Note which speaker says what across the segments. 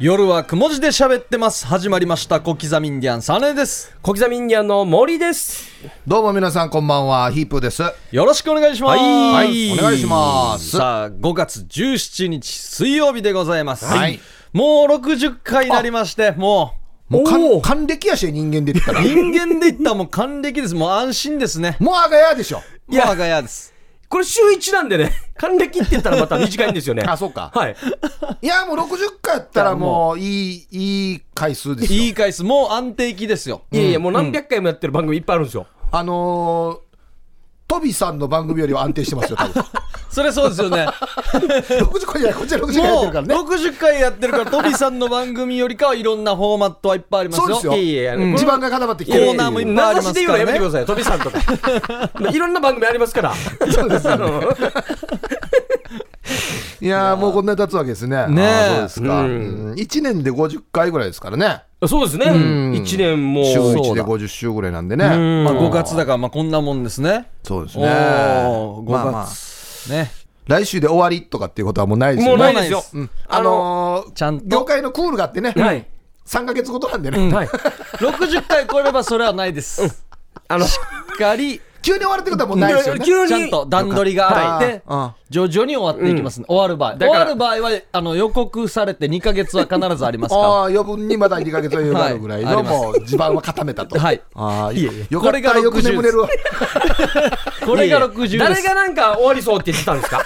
Speaker 1: 夜はくも字で喋ってます。始まりました。小刻みインディアンサネです。
Speaker 2: 小刻みインディアンの森です。
Speaker 3: どうも皆さんこんばんはヒープーです
Speaker 1: よろしくお願いします。
Speaker 3: はいはいお願いします
Speaker 1: さあ、5月17日水曜日でございます。
Speaker 3: はい
Speaker 1: もう60回になりまして、も
Speaker 3: もう
Speaker 2: お
Speaker 3: 還
Speaker 2: ー
Speaker 3: 還暦やし人間で言った
Speaker 1: う、
Speaker 3: ら
Speaker 1: 人間で言ったらもう還暦です。もう安心ですね。
Speaker 3: もうあがやでしょ
Speaker 1: もう我が家です。
Speaker 2: これ週1なんでね、 還暦って言ったらまた短いんですよね。
Speaker 3: あそうか
Speaker 2: はい。
Speaker 3: いやもう60回やったらもういいいい回数ですよ
Speaker 1: いい回数、もう安定期ですよ。
Speaker 2: いやいや、もう何百回もやってる番組いっぱいあるんですよ。
Speaker 3: あのートビさんの番組よりは安定してますよ多分
Speaker 1: それそうですよ ね。
Speaker 3: 60回じゃないこっちは60回やっ
Speaker 1: も
Speaker 3: て
Speaker 1: う
Speaker 3: るからね
Speaker 1: 60回やってるから、トビさんの番組よりかはいろんなフォーマットはいっぱいありますよ。
Speaker 3: そうですよ
Speaker 2: いやいやいや、
Speaker 1: うん
Speaker 3: 地盤が固まってき
Speaker 1: コ
Speaker 3: て
Speaker 1: ーナーもいっぱいありますからね
Speaker 2: 名指しで言うのやめてください。飛びさんとか。いろんな番組ありますから。そうです
Speaker 3: いやーもうこんなに経つわけですね
Speaker 1: ねえ
Speaker 3: あーそうですか
Speaker 2: うん
Speaker 3: うん1年で50回ぐらいですからね
Speaker 2: そうですね。
Speaker 3: ん
Speaker 2: 1年も。
Speaker 3: 週
Speaker 2: そ
Speaker 3: 1
Speaker 2: う
Speaker 3: で
Speaker 2: だ
Speaker 3: 50週ぐらいなんで
Speaker 2: う
Speaker 3: ね
Speaker 2: ん
Speaker 1: まあ5月だから、まあこんなもんですね。
Speaker 3: そうです
Speaker 1: お
Speaker 3: ね
Speaker 1: おー、5月。
Speaker 3: まあまあ
Speaker 1: ね。
Speaker 3: 来週で終わりとかっていうことはもうないですよね
Speaker 2: もうないですよ。
Speaker 3: うん
Speaker 2: あ
Speaker 3: あ
Speaker 2: の、
Speaker 3: のー
Speaker 1: ちゃんと
Speaker 3: 業界のクールがあってね、
Speaker 2: はい。
Speaker 3: 3か月ごとなんでね、
Speaker 2: はい。
Speaker 1: 60回超えればそれはないです。
Speaker 2: あの、
Speaker 1: しっかり、
Speaker 3: 急に終わるってことはもうないですよね。
Speaker 2: 急に。
Speaker 1: ちゃんと段取りがあって、
Speaker 3: あ
Speaker 1: 徐々に終わっていきますね。終わる場合。
Speaker 2: だ
Speaker 1: 終
Speaker 2: から
Speaker 1: わる場合は、あの、予告されて2ヶ月は必ずありますか
Speaker 3: あー、余分にまだ2ヶ月余裕があるぐらい
Speaker 1: はいあ
Speaker 3: の、
Speaker 1: ります
Speaker 3: もう地盤は固めたと。
Speaker 1: はい
Speaker 3: ああ、
Speaker 2: いえいえ
Speaker 3: よか
Speaker 1: こ
Speaker 3: っ
Speaker 1: れが
Speaker 3: た、よく眠れるわ。
Speaker 1: ら。これが60です。
Speaker 2: 誰がなんか終わりそうって言ってたんですか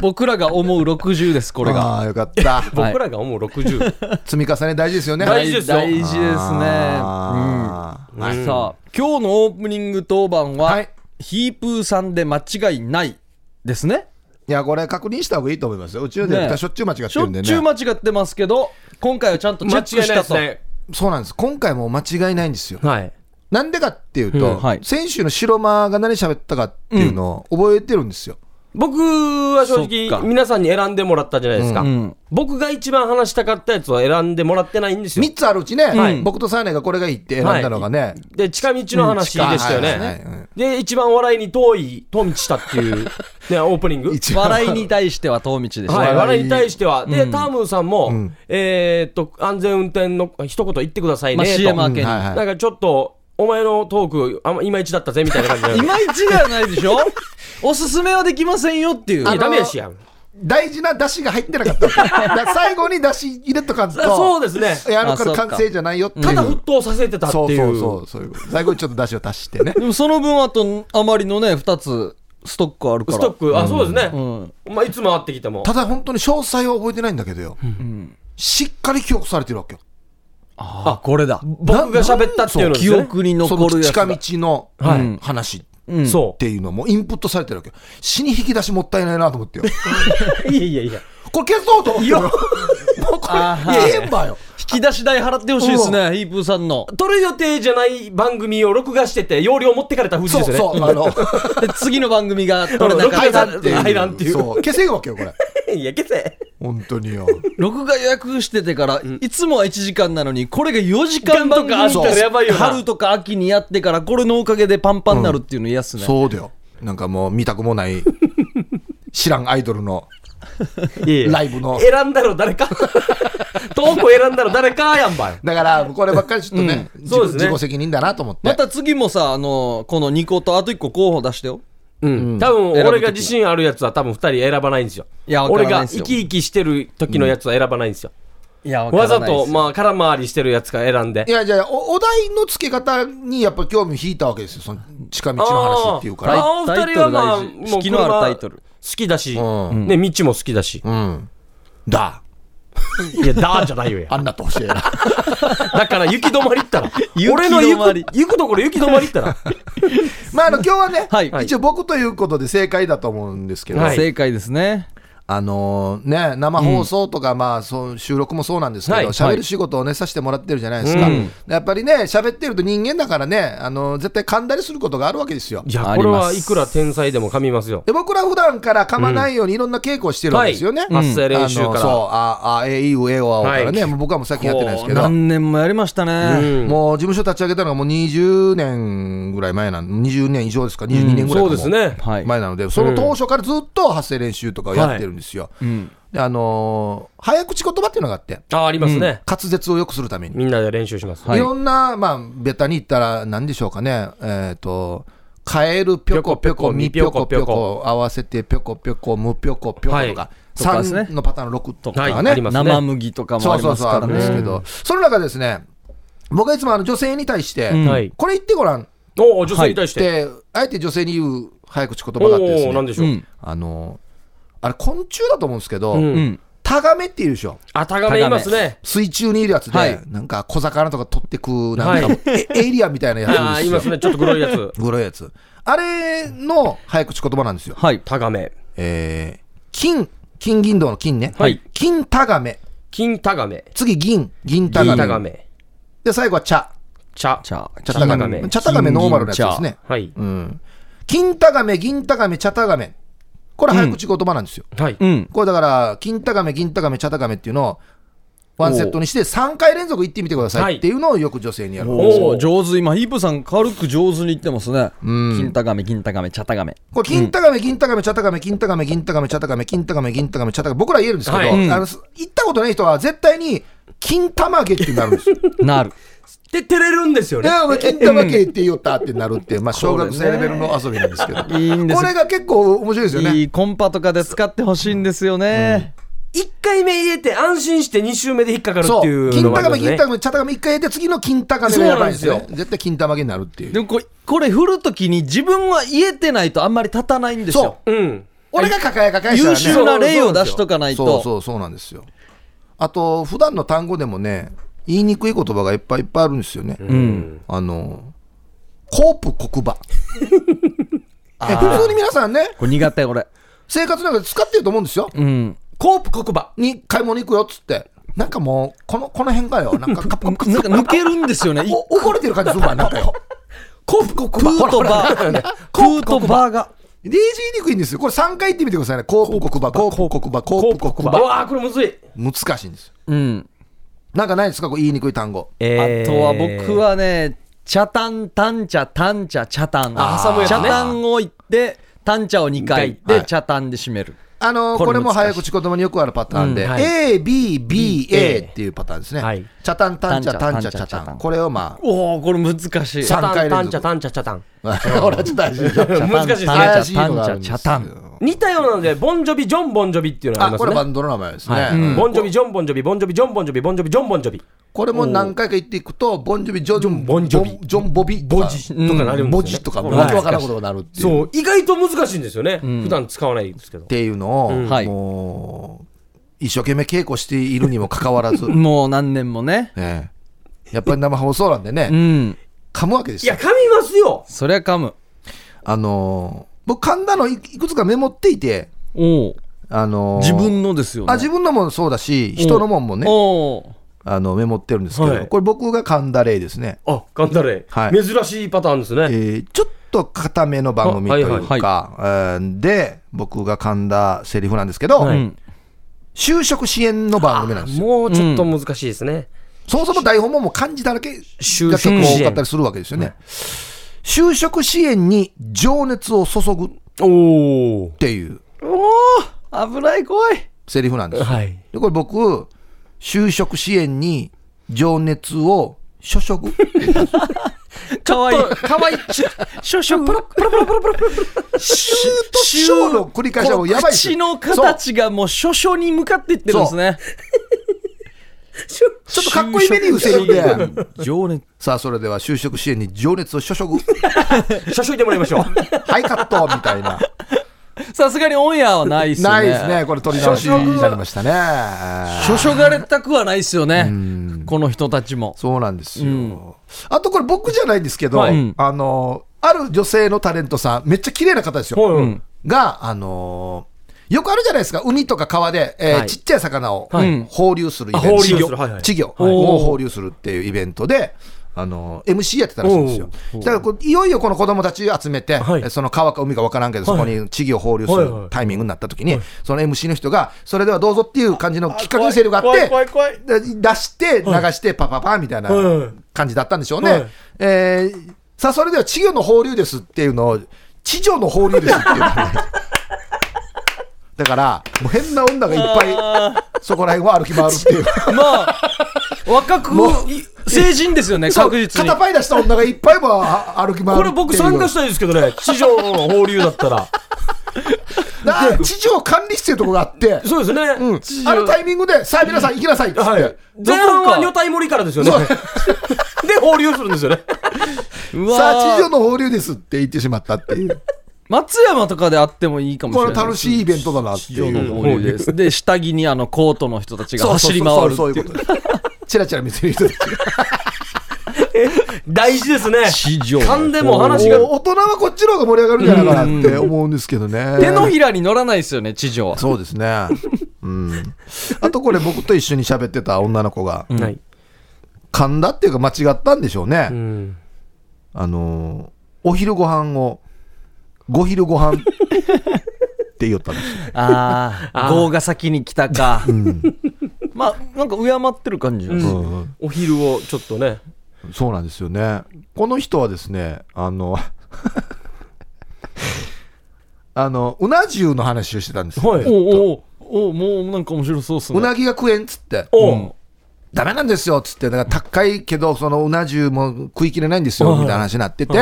Speaker 1: 僕らが思う60です、これが。
Speaker 3: ああー、よかっ
Speaker 1: は
Speaker 3: た。
Speaker 1: い
Speaker 2: 僕らが思う60。
Speaker 3: 積み重ね大事ですよね。
Speaker 2: 大事ですよ
Speaker 1: 大事ですね。うん
Speaker 3: あー
Speaker 2: うん
Speaker 1: さあ、今日のオープニング当番は、
Speaker 3: はい
Speaker 1: ヒープーさんで間違いないですね。
Speaker 3: いや、これ確認した方がいいと思いますよ。宇宙でやったらしょっちゅう間違って
Speaker 1: しょ
Speaker 3: る
Speaker 1: っ
Speaker 3: んで
Speaker 1: ちゅう
Speaker 3: ね。
Speaker 1: 間違ってますけど、今回はちゃんとチェ
Speaker 2: 間
Speaker 1: ック
Speaker 2: 違い
Speaker 1: し
Speaker 2: ないで
Speaker 1: た
Speaker 2: す
Speaker 1: と。
Speaker 2: ね。
Speaker 3: そうなんです。今回も間違いないんですよ。
Speaker 2: はい。
Speaker 3: なんでかっていう
Speaker 1: うん
Speaker 3: と
Speaker 1: はい、
Speaker 3: 先週の白間が何喋ったかっていうのを覚えてるんですよ。
Speaker 2: 僕は正
Speaker 1: そっ
Speaker 2: 直
Speaker 1: か
Speaker 2: 皆さんに選んでもらったじゃないですか、
Speaker 1: ん
Speaker 2: 僕が一番話したかったやつは選んでもらってないんですよ
Speaker 3: 3つあるうちね、
Speaker 2: はい
Speaker 3: 僕とサーネがこれがいいって選んだのがね、
Speaker 2: で近道の話
Speaker 3: うん近い
Speaker 2: でしたよね、
Speaker 3: はいはいはい
Speaker 2: で一番笑いに遠い遠道したって いう、ね、オープニング
Speaker 3: 一番
Speaker 1: 笑いに対しては遠道でしたね。
Speaker 2: はい、
Speaker 3: 笑い
Speaker 2: 笑いに対しては、で、タームーさんも、
Speaker 3: ん
Speaker 2: えーっと、安全運転の一言言ってください
Speaker 1: まあ、
Speaker 2: ね、と。
Speaker 1: CM 明けに。
Speaker 3: うんはい
Speaker 2: なんかちょっと、お前のトーク、あんまいまいちだったぜ、みたいな感じで。
Speaker 1: いまいちではないでしょおすすめはできませんよっていう。
Speaker 2: いやダメやしやん。
Speaker 3: 大事な出汁が入ってな かった。だから最後に出汁入れとかんと。
Speaker 2: そうですね。
Speaker 3: やるか
Speaker 1: あそう
Speaker 3: ら
Speaker 1: か
Speaker 3: 完成じゃないよっていう。
Speaker 2: ただ沸騰させてたってい。
Speaker 3: そううそうそうそういうこと。最後にちょっと出汁を足して ね。
Speaker 1: でもその分あと、あまりのね、2つストックあるから。
Speaker 2: ストック、あ、そうです
Speaker 1: う
Speaker 2: ね。
Speaker 1: ん。
Speaker 2: まあ、いつ回ってきても。
Speaker 3: ただ本当に詳細は覚えてないんだけどよ。しっかり記憶されてるわけよ。
Speaker 1: あ、これだ。
Speaker 2: 僕が喋ったっていうのです
Speaker 1: 記
Speaker 2: ね
Speaker 1: 憶に
Speaker 3: そ
Speaker 1: 残
Speaker 3: の
Speaker 1: るやつ
Speaker 3: 近
Speaker 1: だ
Speaker 3: 道。の
Speaker 2: はい
Speaker 3: 話っ
Speaker 1: うん
Speaker 2: そ
Speaker 3: ていうのもインプットされてるわけよ。死に引き出しもったいないなと 思ってよ。
Speaker 2: う。いやいやいや。
Speaker 3: これ消そうと思ってよ。もうこ
Speaker 1: あー
Speaker 3: れ、言えんばよ。
Speaker 1: 引き出し代払ってほしいですね、ヒープーさんの。
Speaker 2: 撮る予定じゃない番組を録画してて、容量持ってかれた藤
Speaker 3: そ
Speaker 2: で
Speaker 3: う
Speaker 2: すよね。
Speaker 3: そ う。あの、
Speaker 1: で、次の番組が取れなか
Speaker 2: 入
Speaker 1: っ
Speaker 2: ら
Speaker 1: た
Speaker 2: ん。
Speaker 3: 入ら
Speaker 2: 入らんっていう
Speaker 3: そう。消せんわけよ、これ。
Speaker 2: いや、けせ。
Speaker 3: 本当によ。
Speaker 1: 録画予約しててから、いつもは1時間なのに、これが4時間番組
Speaker 2: 時間とかあったらやばいよな
Speaker 1: 春とか秋にやってから、これのおかげでパンパンになるっていうの嫌っすね。
Speaker 3: そうだよ。なんかもう見たくもない知らんアイドルの
Speaker 2: いや
Speaker 3: ライブの。
Speaker 2: 選んだろ誰か。 トーク選んだろ誰かやんばい。
Speaker 3: だからこればっかりちょっとね、自
Speaker 2: そうですね
Speaker 3: 自己責任だなと思って。
Speaker 1: また次もさ、あの、この2個とあと1個候補出してよ。
Speaker 2: うん。多
Speaker 1: 選
Speaker 2: 分、
Speaker 1: ぶ時
Speaker 2: 俺が自信あるやつは多分二人選ばないんですよ。
Speaker 1: いやわから
Speaker 2: 俺
Speaker 1: ない
Speaker 2: が
Speaker 1: です
Speaker 2: 生
Speaker 1: よ
Speaker 2: き生きしてる時のやつは選ばないんですよ。
Speaker 1: いや、
Speaker 2: わざと、
Speaker 1: ま
Speaker 2: まあ、空回りしてるやつから選んで
Speaker 3: い。やじゃあおお題の付け方にやっぱ興味を引いたわけですよ。その近道の話っていうか
Speaker 1: あ
Speaker 3: ら。
Speaker 2: あの二人はまあ、
Speaker 1: タイトル大事
Speaker 2: もう
Speaker 1: 引きのある
Speaker 2: 車
Speaker 1: タイトル。
Speaker 2: 好きだし、
Speaker 3: うん
Speaker 2: ね、道も好きだし。
Speaker 3: うん。だ。
Speaker 2: いや、だーじゃないよや。
Speaker 3: あんなってほしい な。
Speaker 2: だから行き止まりったら俺の行
Speaker 1: 行き止まり
Speaker 2: く、行くところ行き止まりったら。
Speaker 3: まああの今日はね、
Speaker 1: はい
Speaker 3: 一応僕ということで正解だと思うんですけど、
Speaker 2: はい
Speaker 1: 正解ですね。
Speaker 3: あのね、生放送とか、まあ、そう収録もそうなんですけど、
Speaker 2: はい
Speaker 3: 喋、る仕事をね、させてもらってるじゃないですか。
Speaker 2: うん
Speaker 3: やっぱりね、喋ってると人間だからね、あの絶対噛んだりすることがあるわけですよ。
Speaker 2: いや、
Speaker 1: あ
Speaker 2: こ
Speaker 1: り
Speaker 2: れ
Speaker 1: ます
Speaker 2: はいくら天才でも噛みますよ。
Speaker 3: で僕ら普段から噛まないようにいろんな稽古をしてるんですよね。
Speaker 2: はい発声練習から
Speaker 3: あのそう、あ、あ、え、い、う、え、お、あおからね、
Speaker 2: はい
Speaker 3: もう僕はもう最近やってないですけど、
Speaker 1: 何年もやりましたね。
Speaker 2: うん
Speaker 3: もう事務所立ち上げたのがもう20年ぐらい前なん、20年以上ですか、22年ぐらいかも
Speaker 2: そうですね。
Speaker 1: はい。
Speaker 3: 前なので、その当初からずっと発声練習とかをやってるんですよ。
Speaker 1: うん。
Speaker 3: で、あのー早口言葉っていうのがあって、
Speaker 2: あありますね、
Speaker 3: 滑舌を良くするために。
Speaker 2: みんなで練習します、
Speaker 1: はい
Speaker 3: いろんな、まあ、ベタに言ったら何でしょうかね。えっ、と、カエルぴょこぴょこ、みぴょこぴょこ、合わせてぴょこぴょこ、むぴょこぴょこと
Speaker 2: はい
Speaker 3: か、
Speaker 1: とかですね
Speaker 3: 3のパターンの6とか
Speaker 2: は
Speaker 3: ね。
Speaker 2: いありますね
Speaker 1: 生麦とかも
Speaker 3: そ
Speaker 1: あ
Speaker 3: う
Speaker 1: り
Speaker 3: そう
Speaker 1: ます
Speaker 3: そう、
Speaker 1: か
Speaker 3: あ
Speaker 1: ら
Speaker 3: るんですけ
Speaker 1: ね。
Speaker 3: ど、その中ですね、僕はいつもあの女性に対して、
Speaker 1: うん
Speaker 2: はい
Speaker 3: これ言ってごらんっ
Speaker 2: おお女性に対して、
Speaker 3: て、あえて女性に言う早口言
Speaker 2: お
Speaker 3: 葉があってです
Speaker 2: おなん
Speaker 3: ね、
Speaker 2: でしょう、
Speaker 1: うん
Speaker 3: あの、あれ昆虫だと思うんですけど、
Speaker 2: うん
Speaker 1: うん。
Speaker 3: タガメっていうでしょ。
Speaker 2: あたがめいますね
Speaker 3: 水中にいるやつで、
Speaker 1: はい
Speaker 3: なんか小魚とか取ってく、なんかもう、えエイリアンみたいなやつですよ
Speaker 2: あ。あいますねちょっと黒いや つ
Speaker 3: グロいやつ。あれの早口言葉なんですよ。
Speaker 1: はい。
Speaker 2: タガメ
Speaker 3: えー、金、金銀銅の金ね。
Speaker 1: はい
Speaker 3: 金タガメ。
Speaker 2: 金タガメ
Speaker 3: 次、銀、銀タ
Speaker 2: 銀タ
Speaker 3: ガ
Speaker 2: ガ
Speaker 3: メ。
Speaker 2: メ
Speaker 3: で、最後は茶。
Speaker 2: 茶
Speaker 1: 茶、
Speaker 3: 茶
Speaker 2: タ
Speaker 3: タ
Speaker 2: ガ
Speaker 3: ガ
Speaker 2: メ
Speaker 3: メ。茶タガメノーマルなやつですね。
Speaker 2: はい
Speaker 3: うん。金タガメ、銀タガメ、茶タガメ。これ早口言葉なんですよ。
Speaker 2: はい、
Speaker 1: うん。
Speaker 3: これだから、金タガメ、銀タガメ、茶タガメっていうのを、ワンセットにして3回連続言ってみてくださいっていうのをよく女性にやる。
Speaker 1: おお上手今ヒープさん軽く上手に言ってますね
Speaker 3: うん
Speaker 1: 金タガメ金タガメ茶タガメ
Speaker 3: これ、金タガメ、金タガメ、茶タガメ、金タガメ、金タガメ、茶タガメ、金タガメ、銀タガメ、茶タガメ、僕ら言えるんですけど、
Speaker 2: はい
Speaker 1: うん
Speaker 3: あの、す行ったことない人は絶対に、金玉毛ってなるん ですよ。
Speaker 1: なる
Speaker 2: で照れるんですよ
Speaker 3: で
Speaker 2: ね、
Speaker 3: お前金玉毛って言おったってなるって、まあ、小学生レベルの遊びなんです けど。こ
Speaker 1: いいんです
Speaker 3: れが結構面白いですよね。
Speaker 1: いいコンパとかで使ってほしいんですよね
Speaker 2: 一回目入れて安心して二周目で引っかかるっ
Speaker 3: そ
Speaker 2: て
Speaker 3: う。
Speaker 2: いう
Speaker 3: 金
Speaker 2: のがあ
Speaker 3: 玉
Speaker 2: りますね
Speaker 3: メ、金玉メ、茶玉メ一回やって、次の金玉毛がやばいんです
Speaker 2: そう
Speaker 3: よ
Speaker 2: な。
Speaker 3: 絶対金玉毛になるってい
Speaker 1: で
Speaker 3: う。
Speaker 1: もこれこれ振るときに自分は言えてないとあんまり立たないんです
Speaker 3: そう
Speaker 1: よ。
Speaker 2: うん
Speaker 3: 俺が抱え抱えしたら
Speaker 1: 優
Speaker 3: ね。
Speaker 1: 秀な例を出しとかない
Speaker 3: そう
Speaker 1: と
Speaker 3: そうそうなんですよ。あと、普段の単語でもね、言いにくい言葉がいっぱいいっぱいあるんですよね。
Speaker 1: うん
Speaker 3: あの、コープ黒 馬。え普通に皆さんね、
Speaker 1: これ苦手俺
Speaker 3: 生活の中で使ってると思うんですよ。
Speaker 1: うん
Speaker 2: コープ黒馬
Speaker 3: に買い物行くよっつって。なんかもう、この、この辺かよ。なんかカッパ
Speaker 1: なんか抜けるんですよね い
Speaker 3: お怒れてる感じするわ、なんかよ。
Speaker 1: コープーとバークーとバーが
Speaker 3: レジーにくいんですよ。これ3回言ってみてくださいね。コープ黒馬、コープ黒馬、コープ黒
Speaker 2: う
Speaker 3: 馬。
Speaker 2: わあこれむずい
Speaker 3: 難しいんですよ。
Speaker 1: うん
Speaker 3: なんかないですかこう言いにくい単語。
Speaker 1: あとは僕はね、チャタン、タンチャ、タンチャ、チャタン。
Speaker 2: あ挟むやつ
Speaker 1: チ
Speaker 2: ね
Speaker 1: ャタンを言って、タンチャを2回言っ
Speaker 3: 二回
Speaker 1: て、
Speaker 3: はい
Speaker 1: チャタンで締める。
Speaker 3: あのー
Speaker 1: こ
Speaker 3: こ
Speaker 1: れ難
Speaker 3: れも
Speaker 1: しい
Speaker 3: 早口言葉によくあるパターンで、
Speaker 2: うんはい
Speaker 3: A、B、B、A っていうパターンですね。
Speaker 2: はい
Speaker 3: チャタン、タンチャ、タンチャ、チ
Speaker 1: タンチャタン
Speaker 3: ャ
Speaker 1: チャタ
Speaker 3: タ
Speaker 1: ン
Speaker 3: ン。これをま
Speaker 1: おおこれ難しい。
Speaker 3: さ三回連続
Speaker 2: タンチャタンチャタンチャチャタン
Speaker 3: あ、 ほら、ちょっと怪しいですよ。
Speaker 2: 難しいですね
Speaker 1: タ
Speaker 3: 怪
Speaker 1: ン
Speaker 3: し
Speaker 1: チ
Speaker 3: い
Speaker 1: ャ、タ
Speaker 3: の
Speaker 1: ン
Speaker 3: があ
Speaker 1: チャ、
Speaker 3: るん
Speaker 1: チ
Speaker 3: ですよ
Speaker 1: ャタン。
Speaker 2: 似たようなのでボンジョビジョンボンジョビっていうのがあり
Speaker 3: あ、
Speaker 2: ま
Speaker 3: こ
Speaker 2: す
Speaker 3: れバ
Speaker 2: ね
Speaker 3: ンドの名前です
Speaker 2: はい
Speaker 3: ね。
Speaker 2: ボンジョビジョンボンジョビボンジョビジョンボンジョビボンジョビジョンボンジョビ
Speaker 3: これも何回か言っていくと、ボンジョビ、ジョジョン、
Speaker 2: ボンジョビ
Speaker 3: ジョンボビ、ボジ
Speaker 2: とかなるんですよね
Speaker 3: ボジとか、
Speaker 2: そ
Speaker 3: わ
Speaker 2: う
Speaker 3: け
Speaker 2: はい
Speaker 3: わからんことになるっていう。
Speaker 2: そう意外と難しいんですよね普段使わないですけど
Speaker 3: っていうのを、
Speaker 1: はい
Speaker 3: もう、一生懸命稽古しているにもかかわらず、
Speaker 1: もう何年もね。
Speaker 3: ねやっぱり生放送なんで
Speaker 1: う
Speaker 3: ね、
Speaker 1: ん。
Speaker 3: 噛むわけで
Speaker 2: い
Speaker 3: すよ
Speaker 2: や。噛みますよ
Speaker 1: そりゃ噛む。
Speaker 3: あのー僕噛んだのいいくつかメモっていて、
Speaker 1: おお
Speaker 3: あのー
Speaker 1: 自分のですよね。
Speaker 3: あ自分のもそうだし人のもんもね
Speaker 1: おお
Speaker 3: あのメモってるんですけど、
Speaker 2: はい
Speaker 3: これ僕が噛んだ例ですね、
Speaker 2: あ噛んだれ
Speaker 3: はい
Speaker 2: 珍しいパターンです
Speaker 3: え
Speaker 2: ね
Speaker 3: ーちょっと固めの番組という
Speaker 1: あはい
Speaker 3: か、えーで僕が噛んだセリフなんですけど、
Speaker 2: はい
Speaker 1: うん。
Speaker 3: 就職支援の番組なんですよ
Speaker 2: もうちょっと難しいですね
Speaker 3: そもそも台本ももう漢字だらけが結
Speaker 2: 就
Speaker 3: 構
Speaker 2: 職支援
Speaker 3: 多かったりするわけですよね、就職支援に情熱を注ぐっ
Speaker 2: おお
Speaker 3: ていう
Speaker 1: おお危ない怖い。
Speaker 3: セリフなんですよ
Speaker 2: はい
Speaker 3: でこれ僕就職支援に情熱を注ぐ
Speaker 1: かわいい。かわいい。しょしょしょ、プロプロプロプロプロプロ。シュー
Speaker 3: とシューの繰り返しはもうやばいっす
Speaker 1: 口の形がもう諸々に向かっていってるんですね。
Speaker 3: ちょっとかっこいいメニューしてるんで
Speaker 1: で。情熱。
Speaker 3: さあそれでは就職支援に情熱を注ぐ
Speaker 2: 社長いてもらいましょう
Speaker 3: はいカットみたいな
Speaker 1: さすがにオンエアはないっすね。
Speaker 3: ないですねこれ取り直しになりましたね
Speaker 1: しょしょがれたくはないっすよね。この人たちも。
Speaker 3: そうなんですよ、あとこれ僕じゃないんですけど、
Speaker 1: はい
Speaker 3: あのある女性のタレントさんめっちゃ綺麗な方ですよ、
Speaker 2: はい
Speaker 3: があのよくあるじゃないですか、ウニとか川で、えー
Speaker 2: はい
Speaker 3: ちっちゃい魚を
Speaker 1: い
Speaker 3: 放流するイベン
Speaker 2: あ放流
Speaker 3: ト、
Speaker 2: するはいはい
Speaker 3: 稚魚
Speaker 1: い
Speaker 3: を放流するっていうイベントで、あの MC やってたらしいんですよ。だからこういよいよこの子供たち集めて、
Speaker 2: はい
Speaker 3: えーその川か海か分からんけど、そこに稚魚を放流す
Speaker 2: はいはい
Speaker 3: るタイミングになった時に、その MC の人が、それではどうぞっていう感じのきっかけのセリフがあっ
Speaker 2: 怖
Speaker 3: て、
Speaker 2: い怖い怖い
Speaker 3: で 出して、流して、パパパみたいな
Speaker 2: はい
Speaker 3: 感じだったんでしょうね。
Speaker 2: はい
Speaker 3: えーさあ、それでは稚魚の放流ですっていうのを、地上の放流ですっていうのをね。だから、もう変な女がいっぱい、そこら辺を歩き回るっていう。
Speaker 1: まあ、若く
Speaker 3: も、
Speaker 1: い成人ですよね、
Speaker 3: そう
Speaker 1: 確実に
Speaker 3: 肩。パイ出した女がいっぱいもあ歩き回る
Speaker 2: これ僕参加したたいですけどね、地上の放流だった ら。
Speaker 3: 地上管理室っていうとこがあって、
Speaker 2: そうですね。うん
Speaker 3: あるタイミングで、さあ皆さん行きなさいっつって。
Speaker 2: はい。前半は女体盛りからですよね
Speaker 3: そう。
Speaker 2: で、放流するんですよね。
Speaker 1: うわー
Speaker 3: さあ、地上の放流ですって言ってしまったっていう。
Speaker 1: 松山とかであってもいいかもし
Speaker 3: こ
Speaker 1: れな
Speaker 3: れ
Speaker 1: い。
Speaker 3: 楽しいイベントだなって
Speaker 1: 地
Speaker 3: い
Speaker 1: 上の
Speaker 3: う。
Speaker 1: 方流です。で、下着にあのコートの人たちが
Speaker 3: そう
Speaker 1: 走り回るって
Speaker 3: そうそうそうそう
Speaker 1: い
Speaker 3: い
Speaker 1: う
Speaker 3: うことです。チラチラ見てる人たちが
Speaker 2: 大事ですね。
Speaker 1: 地上。
Speaker 2: 噛んでも話が
Speaker 3: お大人はこっちの方が盛り上がるんじゃないかなって思うんですけどね。
Speaker 1: 手のひらに乗らないですよね、地上は。
Speaker 3: そうですね。うん。あとこれ僕と一緒に喋ってた女の子が、
Speaker 2: はい。
Speaker 3: 噛んだっていうか間違ったんでしょうね。
Speaker 2: うん。
Speaker 3: あのーお昼ご飯を、ご昼ご飯って言ったんですよ。
Speaker 1: ああ、
Speaker 2: あー
Speaker 1: 業が先に来たか。
Speaker 3: ん
Speaker 1: まあ、なんか敬ってる感じなんですよ
Speaker 3: うん
Speaker 2: お昼をちょっとね。
Speaker 3: そうなんですよね。この人はですね、あの、 あの、うな重の話をしてたんですよ。
Speaker 2: はい。
Speaker 1: おうおうおうもうなんか面白そうっすね。
Speaker 3: うなぎが食えんっつって、
Speaker 2: お
Speaker 1: うん
Speaker 3: ダメなんですよっつって、だから高いけど、そのうな重も食いきれないんですよ、
Speaker 2: はい
Speaker 3: みたいな話になってて、い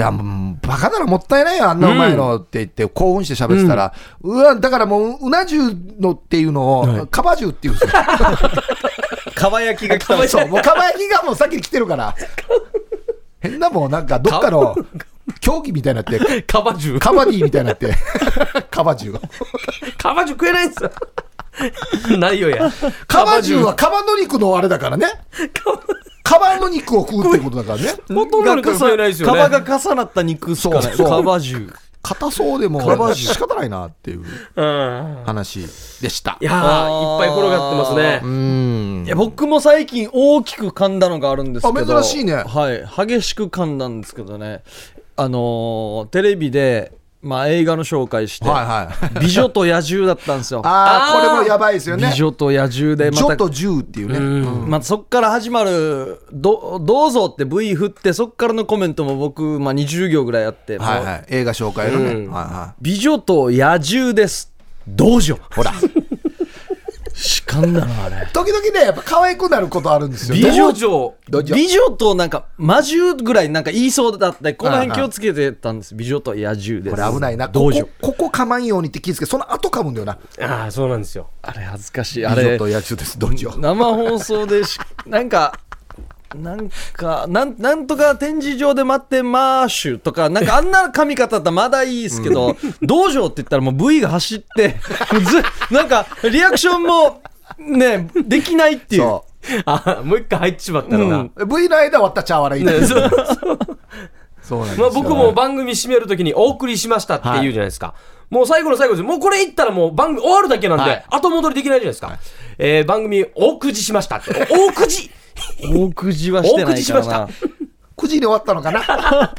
Speaker 3: や、もう、バカならもったいないよ、あんなうまいのって言って、興奮して喋ってたら、うわ、だからもう、うな重のっていうのを、かば重っていうんですよ。
Speaker 1: かば焼きが来た
Speaker 3: そう、もうかば焼きがもう先に来てるから。変なもうなんかどっかの競技みたいになって、
Speaker 2: カバジュ。
Speaker 3: カバディみたいになって、カバジュが。
Speaker 2: カバジュ食えないんですよ。 ないよや。
Speaker 3: カバジュはカバの肉のあれだからね。カバの肉を食うってことだからね。
Speaker 2: ほとんどの人食えないですよね
Speaker 1: カバが重なった肉しかな
Speaker 3: そ
Speaker 1: いう
Speaker 3: そう
Speaker 1: カバ重
Speaker 3: 硬そうでも
Speaker 1: カバジュ
Speaker 3: 仕方ないなっていう
Speaker 2: うん。
Speaker 3: 話でした
Speaker 2: い。や
Speaker 1: あー
Speaker 2: ー、いっぱい転がってますね
Speaker 3: う。ーん
Speaker 1: いや僕も最近大きく噛んだのがあるんですけど
Speaker 3: あ珍しいね
Speaker 1: はい激しく噛んだんですけどねあのーテレビで、まあ、映画の紹介して「
Speaker 3: はいはい。
Speaker 1: 美女と野獣」だったんですよ
Speaker 3: あ
Speaker 2: あー
Speaker 3: あ、これもやばいですよね。
Speaker 1: 美
Speaker 3: ジ
Speaker 1: 女と野獣でま
Speaker 3: ョ
Speaker 1: た
Speaker 3: とジューっていうね。うん
Speaker 1: まあ、そっから始まるどどうぞって V 振ってそっからのコメントも僕、まあ、20行ぐらいあって、もう
Speaker 3: はいはい。映画紹介のね。は
Speaker 2: う
Speaker 3: い
Speaker 2: ん
Speaker 3: は
Speaker 1: 美女と野獣です道場
Speaker 3: い。ほら。
Speaker 1: しかんだなあれ
Speaker 3: 時々ね、やっぱ可愛くなることあるんですよね。
Speaker 1: 美女
Speaker 2: 道場。
Speaker 3: どうぞ
Speaker 1: 美女となんか魔獣ぐらいなんか言いそうだったりこの辺気をつけてたんです美女と野獣です
Speaker 3: これ危ないな。
Speaker 1: 道
Speaker 3: こ
Speaker 1: 場
Speaker 3: こ、ここ噛まんようにって気づけ、その後噛むんだよな。
Speaker 2: ああ、そうなんですよ。
Speaker 1: あれ恥ずかしいあ
Speaker 3: あれ
Speaker 1: れ
Speaker 3: と野球です、道場。
Speaker 1: 生放送でし なんかなんかなんなんとか展示場で待ってまーしゅとかなんかあんな髪型だったらまだいいですけど、道場って言ったらもう V が走ってずなんかリアクションもねできないっていう
Speaker 3: そ
Speaker 2: あもう一回入っちまったのな。
Speaker 1: うん
Speaker 3: う。V の間割ったちゃわらいいんだよ
Speaker 2: ね そう
Speaker 3: そうなんです
Speaker 2: ま
Speaker 3: よ
Speaker 2: あ、僕も番組締めるときにお送りしましたって言うじゃないですか。もう最後の最後です。もうこれ言ったらもう番組終わるだけなんで、
Speaker 3: はい
Speaker 2: 後戻りできないじゃないですか。えー番組おくじしましたって。おくじ
Speaker 1: 大くじはしてないからな
Speaker 2: 大く
Speaker 3: 9時に終わったのかな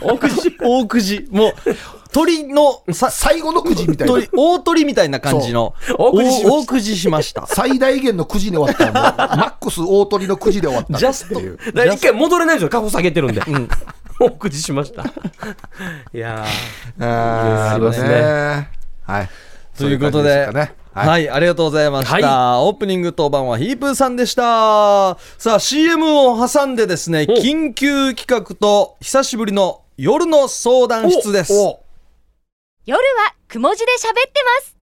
Speaker 1: 大くじ大くじもう鳥のさ
Speaker 3: 最後の9時みたいな
Speaker 1: 鳥。大鳥みたいな感じの
Speaker 2: 大くじしました
Speaker 1: 大くじしました
Speaker 3: 最大限の9時に終わったの。マックス大鳥の9時で終わった
Speaker 1: ジャスト
Speaker 3: っていう。
Speaker 2: だから一回戻れないんですよ。カフ下げてるんで。 おくじしました。いやいろいろ
Speaker 3: あー
Speaker 2: ありますね
Speaker 3: はい。
Speaker 1: ということで
Speaker 3: そういう感じすかね
Speaker 1: はい、
Speaker 3: はい。
Speaker 1: ありがとうございました、オープニング当番はヒープーさんでしたさあ CM を挟んでですね緊急企画と久しぶりの夜の相談室です
Speaker 3: お
Speaker 4: 夜はくも字で喋ってます。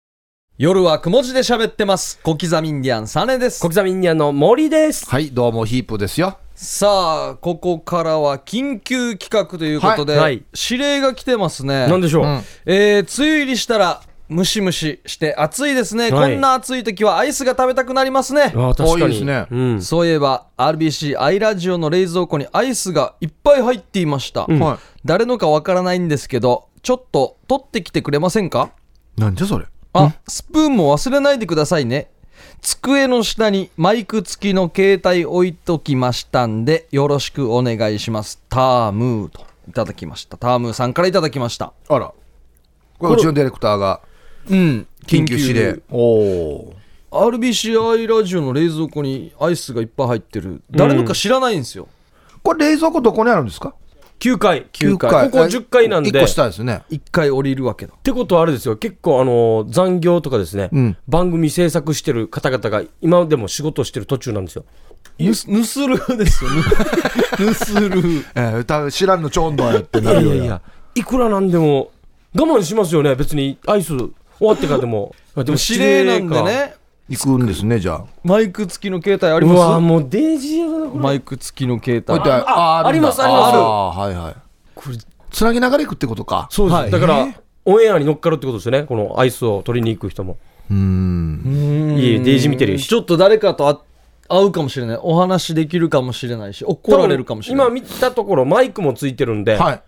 Speaker 1: 夜はくも字で喋ってます小刻みインディアンサネです
Speaker 2: 小刻みインディアンの森です。
Speaker 3: はい、どうもヒープですよ。
Speaker 1: さあここからは緊急企画ということで、
Speaker 2: はいはい
Speaker 1: 指令が来てますね
Speaker 2: なんでしょう、
Speaker 3: うん
Speaker 1: えー、梅雨入りしたらムシムシして暑いですね、
Speaker 2: はい
Speaker 1: こんな暑い時はアイスが食べたくなりますね
Speaker 2: ああ、確
Speaker 3: お
Speaker 2: かに。
Speaker 3: いいですね
Speaker 2: うん。
Speaker 1: そういえば RBC アイラジオの冷蔵庫にアイスがいっぱい入っていました、
Speaker 2: ん
Speaker 3: は
Speaker 1: 誰のかわからないんですけどちょっと取ってきてくれませんか
Speaker 3: い。なんじゃそれ。
Speaker 1: あスプーンも忘れないでくださいね机の下にマイク付きの携帯置いときましたんでよろしくお願いしますタームーといただきましたタームーさんからいただきました
Speaker 3: あら。これうちのディレクターが
Speaker 1: うん
Speaker 3: 緊急指令。おお。
Speaker 1: RBCI ラジオの冷蔵庫にアイスがいっぱい入ってる誰のか知らないんですよ、
Speaker 3: これ冷蔵庫どこにあるんですか
Speaker 2: 9回。
Speaker 1: 9回
Speaker 2: ここ10回なんで
Speaker 3: 1個したですね。
Speaker 1: 一回降りるわけだ
Speaker 2: ってことはあれですよ、結構あの残業とかですね、
Speaker 3: うん
Speaker 2: 番組制作してる方々が今でも仕事をしてる途中なんですよ。
Speaker 1: ぬすぬするですよぬぬ する
Speaker 3: えー歌う知らんのちょんどやって
Speaker 2: い
Speaker 3: な
Speaker 2: や
Speaker 3: る
Speaker 2: いや
Speaker 3: ようない
Speaker 2: や、いくらなんでも我慢しますよね、別にアイス終わってからでも。でも
Speaker 1: 指令なんで。ね
Speaker 3: 行くんですね、じゃあ。
Speaker 1: マイク付きの携帯あり
Speaker 2: うわ
Speaker 1: ま
Speaker 2: もうデイジーだな
Speaker 1: す
Speaker 2: これ
Speaker 1: マイク付きの携
Speaker 3: こうやっ
Speaker 1: 帯
Speaker 3: て
Speaker 2: あ
Speaker 3: るんだ
Speaker 2: ありますあります
Speaker 3: あーはいはい。つなぎながら行くってことか。
Speaker 2: そうです、
Speaker 1: はい
Speaker 2: だか
Speaker 3: え
Speaker 2: らオンエアに乗っかるってことですよねこのアイスを取りに行く人も
Speaker 3: うーん。
Speaker 1: い
Speaker 2: いえデイジー見てるし
Speaker 1: ちょっと誰かとあ会うかもしれないお話できるかもしれないし怒られるかもしれない
Speaker 2: 多分今見たところマイクもついてるんで、
Speaker 3: はい。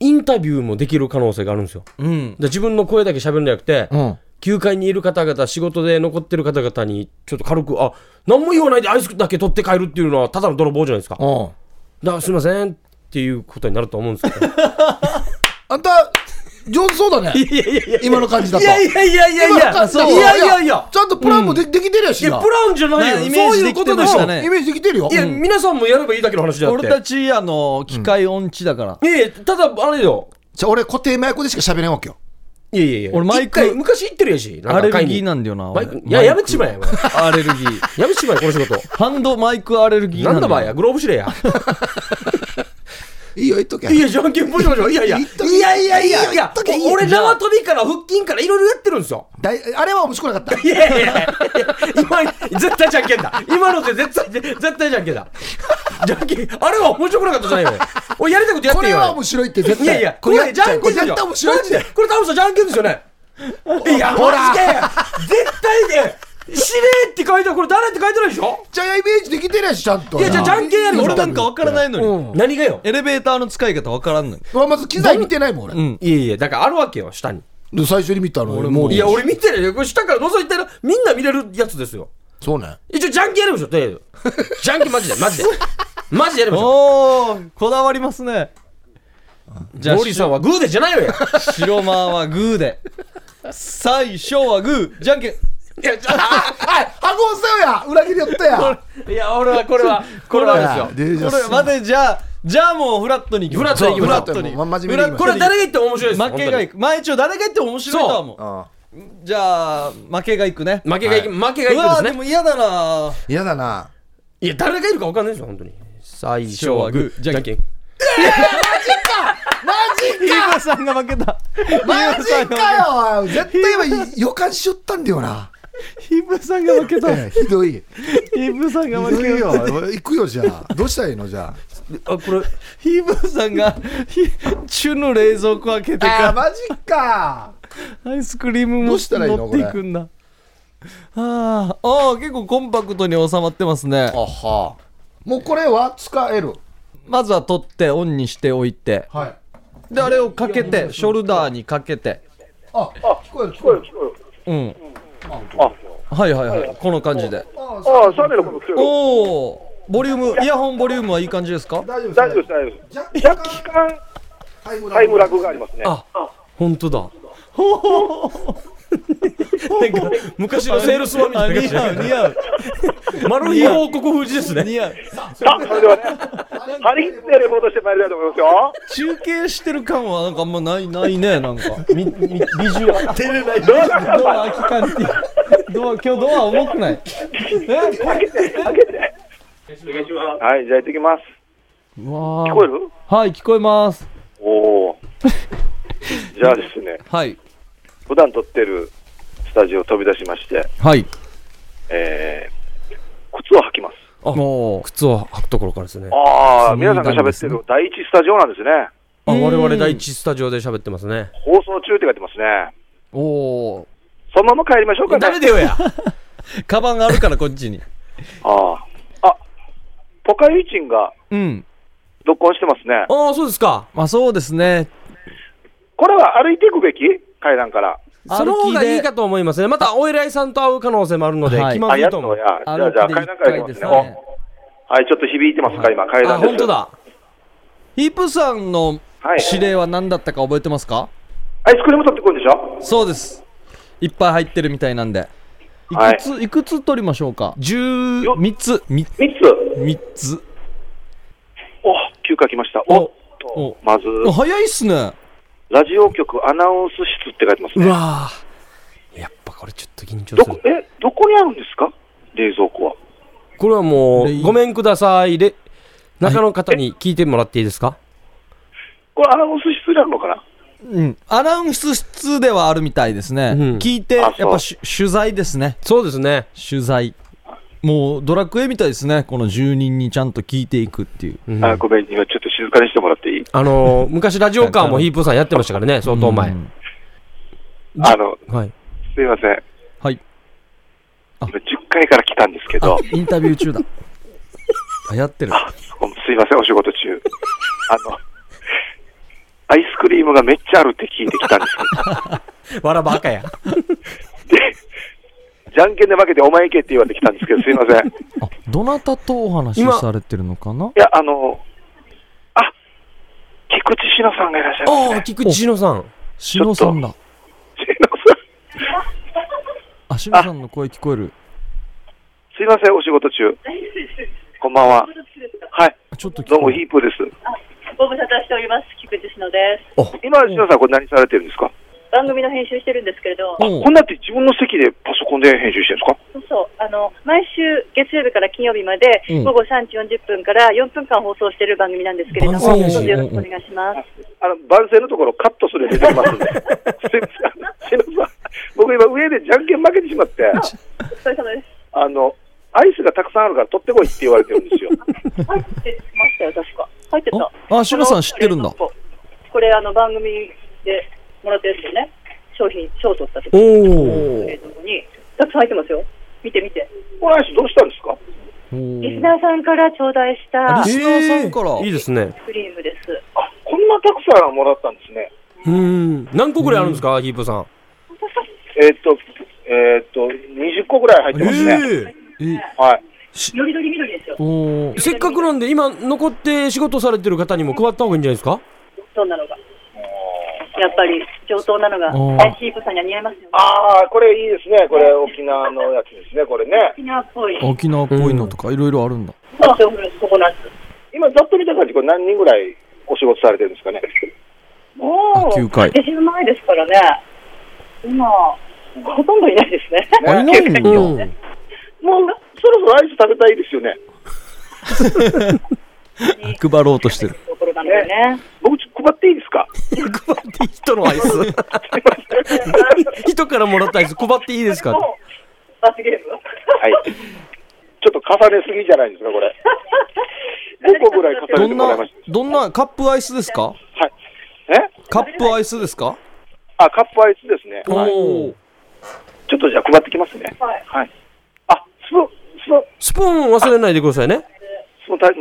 Speaker 2: インタビューもできる可能性があるんですよ
Speaker 1: うん
Speaker 2: で自分の声だけ喋るんじゃなくて、
Speaker 3: うん。
Speaker 2: 9階にいる方々仕事で残ってる方々にちょっと軽くあ何も言わないでアイスだけ取って帰るっていうのはただの泥棒じゃないですかだか
Speaker 3: うん。
Speaker 2: らすいませんっていうことになると思うんですけど
Speaker 3: あんた、上手そうだね。
Speaker 2: いやいやいや
Speaker 3: 今の感じだと。
Speaker 2: やいやい
Speaker 3: 今の感じだと
Speaker 2: いやいやいや
Speaker 3: ちゃんとプランもできてるやし
Speaker 2: いや
Speaker 3: な。
Speaker 2: プランじゃないよ
Speaker 1: なイメー
Speaker 2: そう
Speaker 1: ジ
Speaker 2: い
Speaker 1: で
Speaker 2: う
Speaker 1: き
Speaker 2: こ
Speaker 1: て
Speaker 2: と
Speaker 1: ま
Speaker 2: で
Speaker 1: し
Speaker 2: したょ
Speaker 1: ね
Speaker 3: イメージできてるよ。
Speaker 2: いや、
Speaker 3: うん
Speaker 2: 皆さんもやればいいだけの話であって。
Speaker 1: 俺たちあの機械音痴だから、
Speaker 2: いやいや、ただ、あれよ。
Speaker 3: じゃあ俺固定麻薬でしか喋れんわけよ。
Speaker 2: いやいやいや、
Speaker 1: 俺マイク
Speaker 2: 一回昔行ってるやし。
Speaker 1: アレルギーな
Speaker 2: な
Speaker 1: んだよなん
Speaker 2: か
Speaker 1: 俺
Speaker 2: 会議にマイク。いや、やめちまえ。お前
Speaker 1: アレルギー
Speaker 2: やめちまえ、この仕事。
Speaker 1: ハンドマイクアレルギーな
Speaker 2: なんん
Speaker 1: だ
Speaker 2: だ
Speaker 1: よ
Speaker 2: ばや、グローブしれや。
Speaker 3: いいよ、言っとけ。
Speaker 2: いや、じゃんけんぽいしましょう。いやいや、い
Speaker 3: 言っとけ
Speaker 2: やいやいやい
Speaker 3: 言っ
Speaker 2: や
Speaker 3: とけいい、よ
Speaker 2: 俺縄跳びから腹筋からいろいろやってるんですよ。
Speaker 3: だいあれは面白く なかっ
Speaker 2: い
Speaker 3: た。
Speaker 2: やいやいや、今、絶対じゃんけんだ。今ので絶対、絶対じゃんけんだ。じゃんけん、あれは面白くなかったじゃないよ。俺やりたいことやっ
Speaker 3: こ
Speaker 2: てよ。
Speaker 3: れは面白いって絶対。
Speaker 2: いやいや、これ、じゃんけんです
Speaker 3: 絶
Speaker 2: よ。
Speaker 3: 対面白い
Speaker 2: マ
Speaker 3: っ
Speaker 2: ジで
Speaker 3: て。。
Speaker 2: これ、倒したじゃんけんですよね。いや、
Speaker 3: ほら
Speaker 2: マジで絶対ね、しれって書いてある。これ、誰って書いてないでしょ
Speaker 3: じゃあイメージできてるやし、ちゃんと。
Speaker 2: いやじゃあじゃんけんやる
Speaker 1: 俺なんかわからないのに、
Speaker 2: 何がよ。
Speaker 1: エレベーターの使い方わからんのに
Speaker 3: 俺まず機材見てないもん、俺。
Speaker 2: いやいや、だからあるわけよ、下に。
Speaker 3: で最初に見たの
Speaker 1: 俺
Speaker 3: 俺
Speaker 1: も
Speaker 3: も
Speaker 1: う
Speaker 3: う。
Speaker 2: いや、俺見てるよ。これ下から覗いたら、みんな見れるやつですよ。
Speaker 3: そうね。
Speaker 2: 一応、じゃんけんやりましょう、とりあえず。じゃんけんマジで、マジで。マジでやりましょ
Speaker 1: おーこだわりますねじゃあ
Speaker 2: う。モーリーさんはグーでじゃないのよ。
Speaker 1: 白間はグーで最初はグーじゃんけん
Speaker 2: いや、じゃあ
Speaker 3: はい、箱押せよや裏切りよったや
Speaker 2: いや、 俺は、これ は、これはですよ。
Speaker 3: でじゃ
Speaker 1: こ
Speaker 3: あ
Speaker 1: れまでじゃあじゃあもうフラットに行きましょう
Speaker 2: フラッ
Speaker 3: トに行きましょう
Speaker 1: フラットに
Speaker 3: 真面目に行きましょう
Speaker 2: これ、誰が言っても面白いですよ。
Speaker 1: 負けがいくまあ一応誰が言っても面白いとは思う
Speaker 3: うん
Speaker 1: じゃあ負けがいくね
Speaker 2: 本当に負けがいく、負けがいうくで
Speaker 1: わ
Speaker 2: す
Speaker 1: ー
Speaker 2: ね
Speaker 1: で。も嫌だない
Speaker 3: やだな。
Speaker 2: いや、誰がいるか分かんないですよ、本当に。最初はグー、じゃんけん。
Speaker 3: マジ
Speaker 1: 飯村さんが負けた
Speaker 3: マジかよ絶対今予感しよったんだよな。
Speaker 1: 飯村さんが負けた
Speaker 3: ええひどい。ひ
Speaker 1: 飯村さんが
Speaker 3: ど
Speaker 1: 負けた
Speaker 3: いよ。行くよ、じゃあ。どうしたらいいの、じゃ
Speaker 2: あ、これ、
Speaker 1: ヒーブーさんが、ひチュの冷蔵庫開けて
Speaker 3: あ。あー、
Speaker 1: か
Speaker 3: マジか。
Speaker 1: ら、アイスクリームも
Speaker 3: どうしたらいいの
Speaker 1: 持っていくんだ。あーあー、結構コンパクトに収まってますね。
Speaker 3: はもうこれは使える。
Speaker 1: まずは取って、オンにしておいて。
Speaker 3: はい。
Speaker 1: で、あれをかけて、ショルダーにかけて。
Speaker 3: あ、あ聞こえる、聞こえる。
Speaker 1: うん。はいはいはい、この感じで。
Speaker 3: あーそう
Speaker 5: ああ、シャネルも強い。
Speaker 1: おお、ボリューム、イヤホンボリュームはいい感じですか
Speaker 3: 大丈夫
Speaker 5: 大丈夫
Speaker 3: で
Speaker 5: ですす、
Speaker 3: ね。
Speaker 5: 大丈夫で
Speaker 3: 若
Speaker 5: す。若
Speaker 3: 干
Speaker 5: 干
Speaker 3: タイム
Speaker 5: タイム
Speaker 3: ラ
Speaker 5: ラ
Speaker 3: グ。
Speaker 5: グがありますね。
Speaker 2: あ、本当だ。 なんか、昔のセールスマンみたいな感じ
Speaker 1: あ似合う、
Speaker 2: で。マルヒ報告封じですね。
Speaker 1: 似合う。
Speaker 5: さあ、それではね、張り切ってレポートしてまいりたいと思いますよ。
Speaker 1: 中継してる感はなんかあんまない、ないね、なんか。
Speaker 2: みみビジュアル。照れない。
Speaker 5: どうぞ、
Speaker 1: ドア開きかんてドア、今日ドア重くないえ
Speaker 5: 開けて、開けて。はい、じゃあ行ってきます。
Speaker 1: うわー
Speaker 5: 聞こえる
Speaker 1: はい、聞こえます。
Speaker 5: おお。じゃあですね、
Speaker 1: はい。
Speaker 5: 普段撮ってるスタジオを飛び出しまして、
Speaker 1: はい。
Speaker 5: えー、靴を履きます。
Speaker 1: も
Speaker 2: 靴を履くところからですね。
Speaker 5: ああ、皆さんが喋ってる第一スタジオなんですね。
Speaker 2: あ、我々第一スタジオで喋ってますね。
Speaker 5: 放送中って書いてますね。
Speaker 1: う、お
Speaker 5: そのまま帰りましょうかね。
Speaker 2: 誰でよや。
Speaker 1: ー。 カバンがあるから、こっちに。
Speaker 5: ああ。あ、ポカユイチンが
Speaker 1: うん。
Speaker 5: 録音してますね。
Speaker 2: ああ、そうですか。
Speaker 1: まあ、そうですね。
Speaker 5: これは歩いていくべき階段から。
Speaker 2: その方がいいかと思いますね。また、お偉いさんと会う可能性もあるので、
Speaker 1: はい
Speaker 2: 気ま
Speaker 5: あ、
Speaker 2: ずい
Speaker 5: やっ
Speaker 2: と
Speaker 5: と
Speaker 2: 思う
Speaker 5: や。。じゃあ、じゃあ、階段から行き
Speaker 1: 歩いていく回
Speaker 5: ますね。
Speaker 1: ですね
Speaker 5: おはい、ちょっと響いてますか、今、階
Speaker 2: あ、
Speaker 5: 段です。
Speaker 2: 本当。だ。
Speaker 1: ヒープさんの
Speaker 5: はい。
Speaker 1: 指令は何だったか覚えてますか
Speaker 5: アイスクリーム取ってくるんでしょ
Speaker 1: そうです。いっぱい入ってるみたいなんで。い
Speaker 5: はい
Speaker 1: くつ、いくつ取りましょうか
Speaker 2: 10
Speaker 5: よ
Speaker 1: 三つ、み
Speaker 5: 三つ。
Speaker 1: 三つ。
Speaker 5: お、休暇来ました。お、
Speaker 1: お
Speaker 5: まず、
Speaker 1: 早いっすね。
Speaker 5: ラジオ局アナウンス室って書いてます
Speaker 2: う
Speaker 5: ね。
Speaker 2: わーやっぱこれちょっと緊張
Speaker 5: ど
Speaker 2: す
Speaker 5: こ
Speaker 2: る、。
Speaker 5: え、どこにあるんですか冷蔵庫は。
Speaker 2: これはも
Speaker 1: レイ
Speaker 2: う、ごめんください。で、中の方に聞いてもらっていいですか
Speaker 5: これアナウンス室にあるのかな
Speaker 1: うん。アナウンス室ではあるみたいですね。
Speaker 2: うん
Speaker 1: 聞いて、や
Speaker 5: あ
Speaker 1: っ
Speaker 5: そう
Speaker 1: ぱし取材ですね。
Speaker 2: そうですね。
Speaker 1: 取材。もうドラクエみたいですね。この住人にちゃんと聞いていくっていう。
Speaker 2: うん
Speaker 5: あごめん、今ちょっと静かにしてもらっていい
Speaker 2: あのー、昔ラジオカーもヒープーさんやってましたからね、相当前
Speaker 1: う。ん
Speaker 5: あの、
Speaker 2: はい。
Speaker 5: すいません。
Speaker 1: はい。
Speaker 5: 今10階から来たんですけ
Speaker 1: あ
Speaker 5: ど、、
Speaker 1: インタビュー中だ。 あ、やってる。
Speaker 5: ほんすいません、お仕事中。 あの、アイスクリームがめっちゃあるって聞いてきたんです
Speaker 2: わらば赤や。
Speaker 5: けど、じゃんけんで負けてお前行けって言われてきたんですけど、すいません。い
Speaker 1: あ、どなたとお話し
Speaker 2: 今
Speaker 1: されてるのかな
Speaker 5: や、あの、あ、菊池志乃さんがいらっしゃいます
Speaker 2: あ あ、
Speaker 5: ね。
Speaker 2: 菊池志乃さん。
Speaker 1: しのさんだ。
Speaker 5: 志乃さん。
Speaker 1: あ、しのさんの声聞こえる。
Speaker 5: すいません、お仕事中。こんばんは。はい、
Speaker 1: ちょっと聞
Speaker 5: どうも、
Speaker 1: こえ
Speaker 5: ヒ
Speaker 1: る。
Speaker 5: ープーです。
Speaker 6: ご無沙汰しております。菊池志乃です。
Speaker 5: 今、志乃さん、これ何されてるんですか
Speaker 6: 番組の編集してるんですけれど、
Speaker 1: おう
Speaker 5: こんなって自分の席でパソコンで編集してるんですか
Speaker 6: そう、あの、毎週月曜日から金曜日まで、
Speaker 1: うん
Speaker 6: 午後3時40分から4分間放送してる番組なんですけれども、
Speaker 2: 番宣
Speaker 6: ど
Speaker 2: や
Speaker 6: う
Speaker 2: し
Speaker 6: ぞよろしくお願いします。
Speaker 5: あの、番宣のところカットする出てますんで。すいません、志乃さん。僕今、上でじゃんけん負けてしまって、
Speaker 6: お疲れ様です。
Speaker 5: あの、アイスがたくさんあるから取ってこいって言われてるんですよ。
Speaker 6: 入ってましたよ、確か。入ってた。
Speaker 1: あ、しのさん知ってるんだ。
Speaker 6: これ、あの、番組でもらったやつでね、商品、賞取った時
Speaker 2: お
Speaker 6: の
Speaker 2: お。
Speaker 6: 映像に、たくさん入ってますよ。見て見て。
Speaker 5: このアイスどうしたんですか
Speaker 1: お
Speaker 6: リス
Speaker 1: ー
Speaker 6: ナーさんから頂戴した
Speaker 1: あリス
Speaker 6: アイ
Speaker 1: ナーさんから
Speaker 2: えーいいですね。
Speaker 6: スクリームです。
Speaker 5: あ、こんなたくさんもらったんですね。
Speaker 2: うん。何個ぐらいあるんですか、ヒープーさん。
Speaker 5: えーっと、えーっと、20個ぐらい入ってますね。
Speaker 2: え
Speaker 1: え、
Speaker 5: はい。
Speaker 6: よりどり緑ですよ。
Speaker 1: お
Speaker 2: え
Speaker 1: ー
Speaker 2: せっかくなんで、今、残って仕事されてる方にも配った方がいいんじゃないですか
Speaker 6: どんなのが。やっぱり上等なのが、
Speaker 1: うん
Speaker 6: 大ヒープさんには似合いますよね。
Speaker 5: ああ、これいいですね。これ沖縄のやつですね。これね。
Speaker 6: 沖縄っぽい。
Speaker 1: 沖縄っぽいのとかいろいろあるんだ。
Speaker 6: そうそう、ココナッツ。
Speaker 5: 今ざっと見た感じ、これ何人ぐらいお仕事されてるんですかね。
Speaker 6: も
Speaker 1: あ
Speaker 6: う、
Speaker 1: 9回
Speaker 6: 80前ですからね。今、ほとんどいないですね。
Speaker 1: あ、いないんだ。
Speaker 2: うん。
Speaker 5: もうそろそろアイス食べたいですよね。
Speaker 1: 配ろうとしてる。
Speaker 6: ところなのでね。
Speaker 5: 僕ちょっと配っていいですか。
Speaker 2: 配っていい人のアイス。人からもらったアイス配っていいですか
Speaker 6: もう、罰ゲーム。
Speaker 5: はい。ちょっと重ねすぎじゃないですか これ。5個ぐらい重
Speaker 1: ど
Speaker 5: ねて
Speaker 1: ん
Speaker 5: もら
Speaker 1: ない
Speaker 5: まし、
Speaker 1: どんなカップアイスですか
Speaker 5: た。はい。え？
Speaker 1: カップアイスですか
Speaker 5: あカップアイスですね。はい。
Speaker 2: おお。
Speaker 5: ちょっとじゃあ配ってきますね。
Speaker 6: はい。
Speaker 5: はい。あスプーンスプーン
Speaker 2: スプーン忘れないでくださいね。
Speaker 5: スプーン大大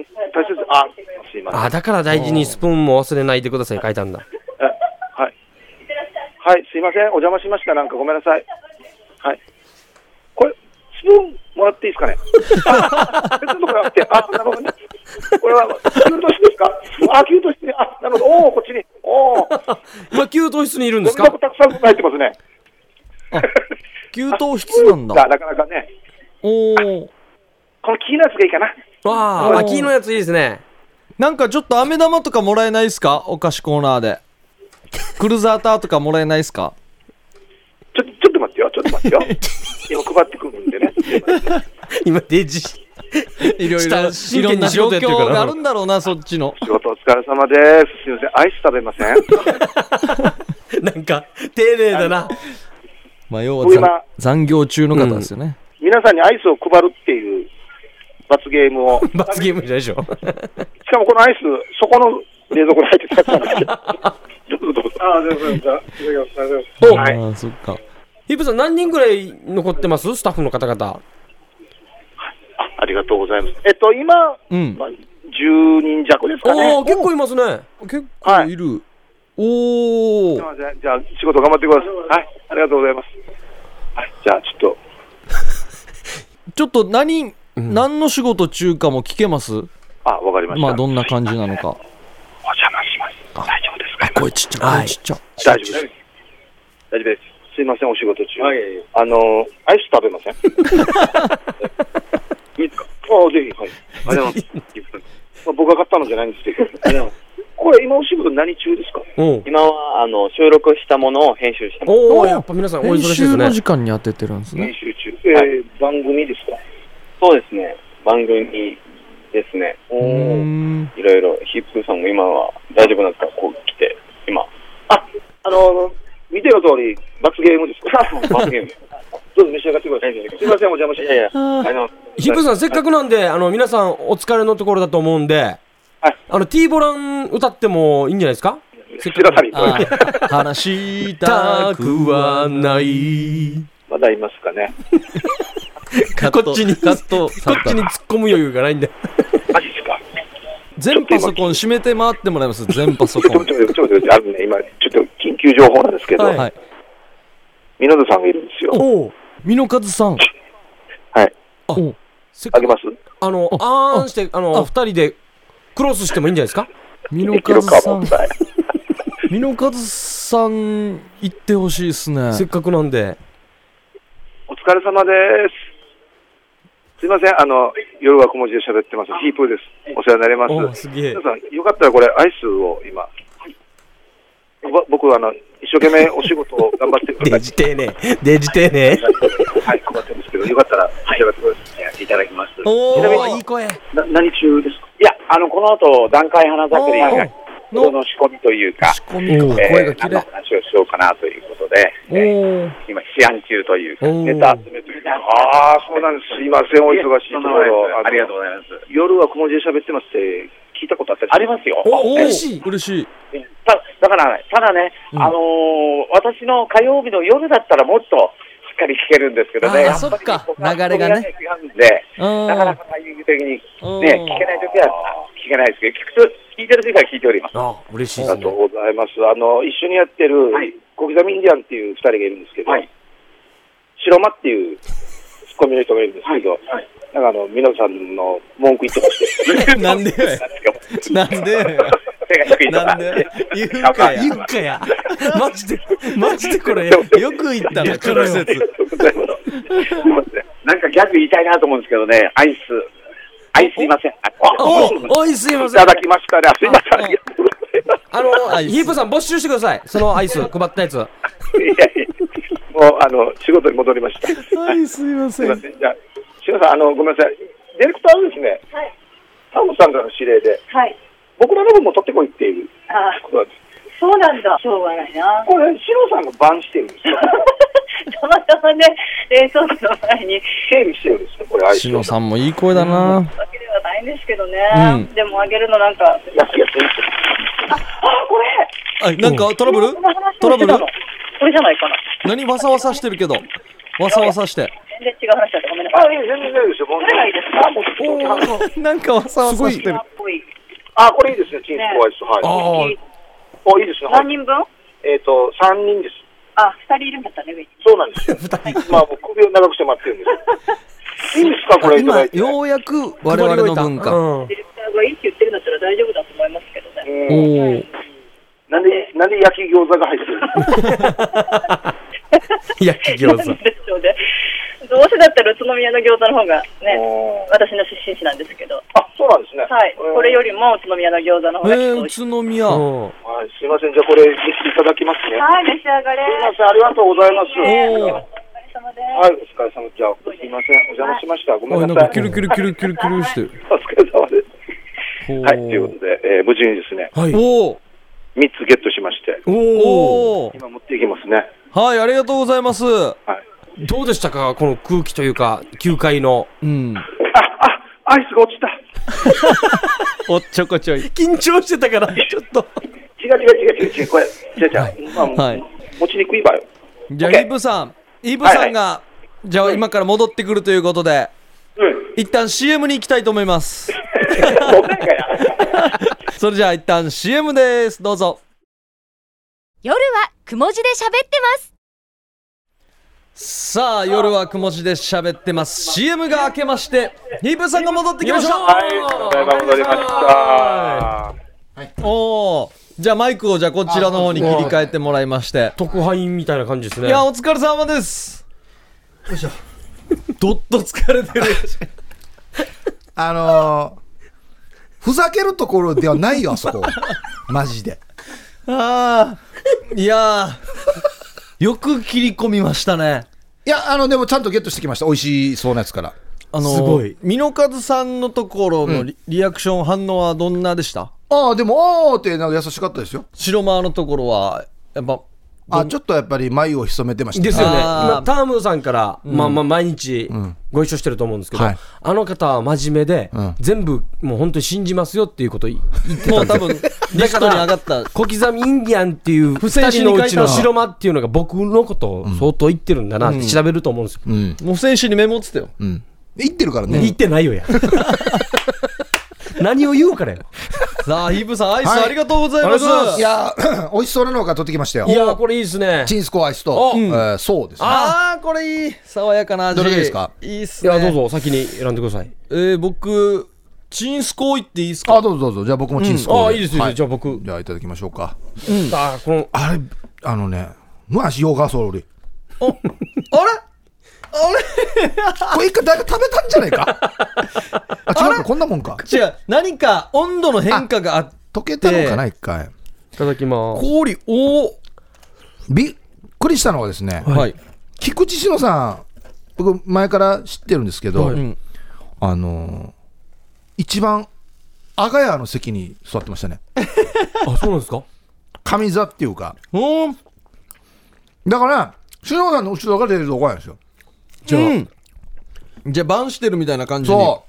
Speaker 5: 切あすいません。
Speaker 2: あ、だから大事にスプーンも忘れないでください、書いたんだ。
Speaker 5: あはい。はいすいませんお邪魔しましたなんかごめんなさい。はい。これスプーンもらっていいですかね。あ別のとこがあってあなるほどね。これは給湯室ですか。あ給湯室ねあなるほどおおこっちにおお。
Speaker 2: 今、給湯室にいるんで
Speaker 5: ご
Speaker 2: す
Speaker 5: み箱
Speaker 2: か
Speaker 5: たくさん入ってますね。
Speaker 1: 給湯室なん
Speaker 5: さあ
Speaker 1: だ。
Speaker 5: なかなかね、
Speaker 1: おー。
Speaker 5: この木のやつがいいかな。
Speaker 2: わあ、秋のやついいですね。
Speaker 1: なんかちょっと飴玉とかもらえないですかお菓子コーナーで。クルーザーターとかもらえないですか
Speaker 5: ちょちょっと待ってよ、ちょっと待ってよ。 今配ってくるんでね。
Speaker 2: 今、デジ。
Speaker 1: いろい
Speaker 2: 下
Speaker 1: ろ、い
Speaker 2: 真剣
Speaker 1: ろ
Speaker 2: に
Speaker 1: んな
Speaker 2: 仕
Speaker 1: 状
Speaker 2: 事やってるから
Speaker 1: 況があるんだろうな、そっちの。
Speaker 5: 仕事お疲れ様です。すいません、アイス食べません。
Speaker 2: なんか、丁寧だな。
Speaker 1: まあ、要
Speaker 5: 僕今
Speaker 1: は残残業中の方ですよね。
Speaker 5: 皆さんにアイスを配るっていう罰ゲームを。し
Speaker 2: 罰ゲームじゃないでしょ。
Speaker 5: かもこのアイス、そこの冷蔵庫に入ってたやつなんですけど。 どうぞどうぞ。ああ、全然、じゃあ、いただきます。
Speaker 2: お
Speaker 5: はい。
Speaker 1: ああ、そっか。
Speaker 2: ヒープさん、何人ぐらい残ってますスタッフの方々。
Speaker 5: ありがとうございます。えっと、今、
Speaker 1: うん
Speaker 5: ま。あ、10人弱ですか
Speaker 2: お
Speaker 5: ね
Speaker 2: お、。結構いますね。
Speaker 1: 結構いる。お
Speaker 5: すい
Speaker 1: ー。
Speaker 5: ません、じゃあ、仕事頑張ってください。はい、ありがとうございます。はい、じゃあ、ちょっと。
Speaker 1: ちょっと何、何の仕事中かも聞けます
Speaker 5: あ、わかりました。
Speaker 1: まあ、どんな感じなのか。
Speaker 5: お邪魔します。大丈夫ですか
Speaker 1: 声ちっちゃ、声ちっちゃ。
Speaker 5: 大丈夫です。大丈夫です。すいません、お仕事中。あの、アイス食べ ません いいですかああ、ぜひ、はい。ありがとうございます。まあ僕が買ったのじゃないんですけど。ここれ、今お仕事何中ですか
Speaker 2: うん。
Speaker 7: 今はあの収録したものを編集してます。
Speaker 2: おお、やっぱ皆さんお忙
Speaker 1: 編
Speaker 2: しい
Speaker 1: 集
Speaker 2: です
Speaker 1: の
Speaker 2: ね
Speaker 1: 時。間に当ててるんです
Speaker 5: 編
Speaker 1: ね。
Speaker 5: 集中。えー
Speaker 7: はい
Speaker 5: 番組ですか
Speaker 7: そうですね。番組ですね。
Speaker 1: うーん
Speaker 7: いろいろヒップーさんも今は大丈夫なんですかこう来て今
Speaker 5: あの、見ての通り、罰ゲームです か
Speaker 7: 罰ゲーム。
Speaker 5: どうぞ召し上がってください。すいません、お邪魔
Speaker 7: い
Speaker 5: しま
Speaker 7: やい
Speaker 5: した。
Speaker 7: や。あの
Speaker 2: ヒップさん、せっかくなんで、あの、皆さんお疲れのところだと思うんで、
Speaker 5: はい
Speaker 2: あの、T ボラン歌ってもいいんじゃないですかせっかく。
Speaker 5: 白旅、これ
Speaker 1: あー話したくはない。
Speaker 5: まだいますかね。
Speaker 2: こっちに
Speaker 1: カット。
Speaker 2: こっちに突っ込む余裕がないんで。
Speaker 5: マジですか
Speaker 1: 全パソコン閉めて回ってもらいます。全パソ
Speaker 5: ち
Speaker 1: コ
Speaker 5: ょっ
Speaker 1: ン
Speaker 5: と。待って、ちょっと待って、あのね、今、ちょっと緊急情報なんですけ ど、
Speaker 2: はい
Speaker 1: はい。
Speaker 5: 皆田さんがいるんですよ。
Speaker 2: おお。
Speaker 1: 美濃和さん。
Speaker 5: はい。
Speaker 1: あ、
Speaker 2: せっ
Speaker 5: あ
Speaker 2: か
Speaker 5: げ
Speaker 2: く、
Speaker 5: ます
Speaker 2: あの、あーんして、あ
Speaker 1: あ
Speaker 2: の、二人でクロスしてもいいんじゃないですか
Speaker 1: 美濃
Speaker 5: でき
Speaker 1: 和
Speaker 5: るか
Speaker 1: さ
Speaker 5: 問
Speaker 1: ん。
Speaker 5: 題。
Speaker 1: 美濃和さん、行ってほしいですね。
Speaker 2: せっかくなんで。
Speaker 5: お疲れ様です。すいません、あの、夜は小文字で喋ってます。ヒープーです。お世話になりま
Speaker 2: おお、す
Speaker 5: す。
Speaker 2: げえ
Speaker 5: 皆。さん、よかったらこれ、アイスを今。ぼ僕、あの、一生懸命お仕事を頑張っ てくだ
Speaker 2: デ
Speaker 5: さ
Speaker 2: ジ丁寧。デジ丁寧。
Speaker 5: い。はい、困ってるんですけど、よかったら召し上がってください。
Speaker 7: いただきます。
Speaker 1: お
Speaker 2: ちなみに
Speaker 1: ー、いい声。
Speaker 5: な何中ですか
Speaker 7: いやあのこの後段階花
Speaker 1: お
Speaker 7: 盛り
Speaker 1: ー
Speaker 7: の
Speaker 1: の
Speaker 7: の仕込みというか。
Speaker 1: 仕込みか。
Speaker 7: えー
Speaker 1: 声が綺
Speaker 7: 何の
Speaker 1: 麗。
Speaker 7: 話をしようかなということで、
Speaker 1: おー。
Speaker 7: 今、試案中というか、
Speaker 2: おー
Speaker 7: ネタ集めというか、
Speaker 5: ああ、そうなんです。すいません、お忙しいところ。
Speaker 7: ありがとう
Speaker 5: う。
Speaker 7: ございます。
Speaker 5: 夜は小文字で喋ってますって、聞いたことあったり
Speaker 7: ありますすよ。
Speaker 2: お
Speaker 1: ー
Speaker 2: 嬉しい。
Speaker 1: 嬉しい。
Speaker 7: ただから、ただね、
Speaker 1: うん
Speaker 7: あのー私の火曜日の夜だったらもっとしっかり聞けるんですけどね、
Speaker 1: あー
Speaker 7: やぱり
Speaker 1: そっか
Speaker 7: 僕は
Speaker 1: 流れがね
Speaker 7: 違うんで、
Speaker 1: うん
Speaker 7: なかなかタイミング的にね、
Speaker 1: うん
Speaker 7: 聞けないときは聞けないですけど、聞くと聞いてるときは聞いております。
Speaker 2: あー嬉しいで
Speaker 5: あ
Speaker 2: すね
Speaker 5: りがと。うございます。あの、一緒にやってる、
Speaker 7: はい
Speaker 5: 小刻みインディアンっていう二人がいるんですけど、
Speaker 7: はい
Speaker 5: 白間っていうツッコミの人がいるんですけど、なんかあの、ミノさんの文句言ってまして、
Speaker 1: なんでよ なんでよ
Speaker 7: 背が低いと
Speaker 1: な
Speaker 7: か
Speaker 1: ん。で言うかや。
Speaker 2: ゆっかや。マジで、マジでこれ、
Speaker 1: よく言ったな、この
Speaker 5: あり
Speaker 1: 説。
Speaker 5: がとうございます
Speaker 7: なんかギャグ言いたいなと思うんですけどね、アイス、アイスいません。あ
Speaker 2: おおいすいま
Speaker 5: い
Speaker 2: せん
Speaker 5: た。だきましたね。すいません。ありがとうございま
Speaker 2: あの
Speaker 1: ア、イス
Speaker 2: ヒープさん募集してください。そのア イス、配ったやつ。
Speaker 5: す。いやいや、もう、あの、仕事に戻りました。す
Speaker 1: はい、すいませ
Speaker 5: いま
Speaker 1: ん。
Speaker 5: せん。じゃあ、志さん、あの、ごめんなさい。ディレクターのですね、
Speaker 6: はい。
Speaker 5: タモさんからの指令で、
Speaker 6: はい。
Speaker 5: 僕らの分も取ってこいっていう
Speaker 6: ああ、
Speaker 5: ことなんです。
Speaker 6: そうなんだ。しょうがない な。
Speaker 5: これ、シロさんがバンしてるんですよ。
Speaker 6: たまたまね、冷蔵庫の前に。
Speaker 5: 整備してるんですよ、これ、アイス
Speaker 1: し。のさんもいい声だな。
Speaker 6: わけではないんですけどね。
Speaker 1: うん
Speaker 6: でもあげるのなんか。あ、
Speaker 5: やつやつ
Speaker 6: これ。
Speaker 1: あ、なんかトラブル
Speaker 6: この話をしてた
Speaker 1: トラブル
Speaker 6: のこれじゃないかな。
Speaker 1: 何わさわさしてるけど。わさわさして。
Speaker 6: 全然違う話だった。ごめんなさい。
Speaker 5: あ、いや、全然大丈夫ですよ。もう
Speaker 6: これがいいですか
Speaker 5: もうち
Speaker 1: お
Speaker 5: ょっと
Speaker 1: ー なんかわさわさしてる
Speaker 6: 今。っぽい。
Speaker 5: あ、これいいですね。チンスコアイス。はい。
Speaker 1: あー
Speaker 5: お、いいですね。は
Speaker 6: 何
Speaker 5: い。
Speaker 6: 人分
Speaker 5: えっと、三人です。
Speaker 6: あ、二人いるんだったね、上に。
Speaker 5: そうなんですよ。まあ、もう首を長くして待ってるんですよ。いいんですか、こ
Speaker 1: あ
Speaker 5: れいただ
Speaker 1: 今、
Speaker 5: いて。
Speaker 1: ようやく我々の文化。
Speaker 2: うん
Speaker 6: ディレクターがいいって言ってるんだったら大丈夫だと思いますけどね。
Speaker 1: お
Speaker 5: うん
Speaker 1: ー
Speaker 5: なんで、なんで焼き餃子が入ってるんですか
Speaker 2: 焼 き餃
Speaker 6: なん
Speaker 2: 子。
Speaker 6: でしょうね。どうせだったら宇都宮の餃子の方がね、私の出身地なんですけど。
Speaker 5: あ、そうなんですね。
Speaker 6: はい。これよ
Speaker 5: り。
Speaker 6: りも宇都宮の餃子の方
Speaker 1: え
Speaker 6: がきっ
Speaker 1: ー、
Speaker 6: と美
Speaker 1: 宇
Speaker 6: 味しい。
Speaker 1: 都宮。お
Speaker 2: うん
Speaker 5: はい、すいません。じゃあ、これ、ぜひいただきますね。
Speaker 6: はい、召し上がれ
Speaker 5: すい。ません。ありがとうございます。
Speaker 1: ー。
Speaker 6: お疲れ様で
Speaker 5: はい、お疲れ様。じゃあ、すいません。お邪魔しました。ごめ
Speaker 1: おい、な
Speaker 5: んなんさ
Speaker 1: か
Speaker 5: い。
Speaker 1: キュルキュルキュルキュルキュルしてる。
Speaker 5: お疲れ様です。
Speaker 1: ほ
Speaker 5: はい、ということで、えー無事にですね、
Speaker 2: はい。
Speaker 1: おー
Speaker 5: 3つゲットしまして、
Speaker 2: おお。
Speaker 1: おー
Speaker 5: 今持っていきますね。
Speaker 1: はい、ありがとうございます。う
Speaker 5: はい。
Speaker 2: どうでしたかこの空気というか、9階の。
Speaker 1: ん。
Speaker 5: あ、あ、アイスが落ちた。
Speaker 1: おっちょこちょい。
Speaker 2: 緊張してたから、ちょっと。
Speaker 5: 違う違う違う違う違う、これ、違う違う。まあ、
Speaker 1: はい
Speaker 5: 持ちにくいわよ。
Speaker 1: じゃあ、イブさん。イブさんが、じゃあ今から戻ってくるということで、
Speaker 5: うん。
Speaker 1: 一旦 CM に行きたいと思い ます。
Speaker 5: どんなんかや。
Speaker 1: それじゃあ一旦 CM です。どうぞ。
Speaker 4: 夜はくも字で喋ってます。
Speaker 1: さあ、夜はくも字で喋ってます。CM が明けまして、ヒープさんが戻ってきまし
Speaker 2: よいしょ
Speaker 1: た。
Speaker 5: はい、ただいま戻りました。
Speaker 1: おお。じゃあマイクをじゃあこちらの方に切り替えてもらいまして。
Speaker 2: 特派員みたいな感じですね。
Speaker 1: いや、お疲れ様です。よいしょ。どっと疲れてる。
Speaker 3: あのーふざけるところではないよ、あそこ。マジで。
Speaker 1: ああ、いやー、よく切り込みましたね。
Speaker 3: いや、あの、でもちゃんとゲットしてきました。美味しそうなやつから。
Speaker 1: あの、
Speaker 2: すごい
Speaker 1: 美濃和さんのところのリ,、アクション反応はどんなでした
Speaker 3: ああ、でも、ああって、なんか優しかったですよ。
Speaker 1: 白間のところは、やっぱ、
Speaker 3: あちょっとやっぱり眉を潜めてましたね。
Speaker 2: ですよね。
Speaker 1: あー
Speaker 2: 今、タームさんから、まあまあ、毎日、ご一緒してると思うんですけど、
Speaker 3: はい
Speaker 2: あの方は真面目で、
Speaker 3: ん
Speaker 2: 全部、もう本当に信じますよっていうことを言って
Speaker 1: も
Speaker 2: た
Speaker 1: うん
Speaker 2: で
Speaker 1: 多分、
Speaker 2: すよ
Speaker 1: リストに上がった。
Speaker 2: 小刻みインディアンっていう二人のうちの白間っていうのが僕のことを相当言ってるんだなって調べると思うんですよ。
Speaker 3: うん。
Speaker 1: もう選手にメモってたよ。
Speaker 3: うん。行ってるからね。
Speaker 2: 言ってないよ や。何を言うからよ。
Speaker 1: さあ、ヒープさん、アイス
Speaker 3: はい
Speaker 1: ありがとうございます。
Speaker 2: ありがとうござ
Speaker 3: いや ー、美味しそうなのが取ってきましたよ
Speaker 2: い。やー、これいいですね。
Speaker 3: チンスコアイスと、
Speaker 2: お
Speaker 3: えーそうですね。
Speaker 1: ああー、これいい。爽やかな味。
Speaker 3: どれがいいですか
Speaker 1: いいっす
Speaker 2: い
Speaker 1: ね。
Speaker 2: や、どう。ぞ、先に選んでください。
Speaker 1: えー、僕、チンスコー行っていいです
Speaker 3: あ、
Speaker 1: か
Speaker 3: どうぞどうぞ。じゃあ僕もチンスコ
Speaker 2: あ
Speaker 3: ア
Speaker 2: あ、いいですよ、いいですよじゃあ僕。
Speaker 3: じゃあいただきましょうか。
Speaker 2: ああ、この、
Speaker 3: あれ、あのね、むわしようか、そ
Speaker 1: あれ
Speaker 3: れ。これ一回誰か食べたんじゃないかあ、違うか、こんなもんか。
Speaker 1: 違う、何か温度の変化があって、
Speaker 3: 溶けたのかな、一回。
Speaker 2: いただきます。
Speaker 1: 氷、お
Speaker 3: びっくりしたのはですね、
Speaker 1: はい。
Speaker 3: 菊池志乃さん、僕、前から知ってるんですけど、
Speaker 1: ん
Speaker 3: あのー一番、阿賀屋の席に座ってましたね。
Speaker 2: あ、そうなんですか
Speaker 3: 上座っていうか。
Speaker 1: うん。
Speaker 3: だから、志乃さんの後ろが出るとこなんですよ。
Speaker 1: じゃあ、じゃあ、バンしてるみたいな感じに。
Speaker 3: そ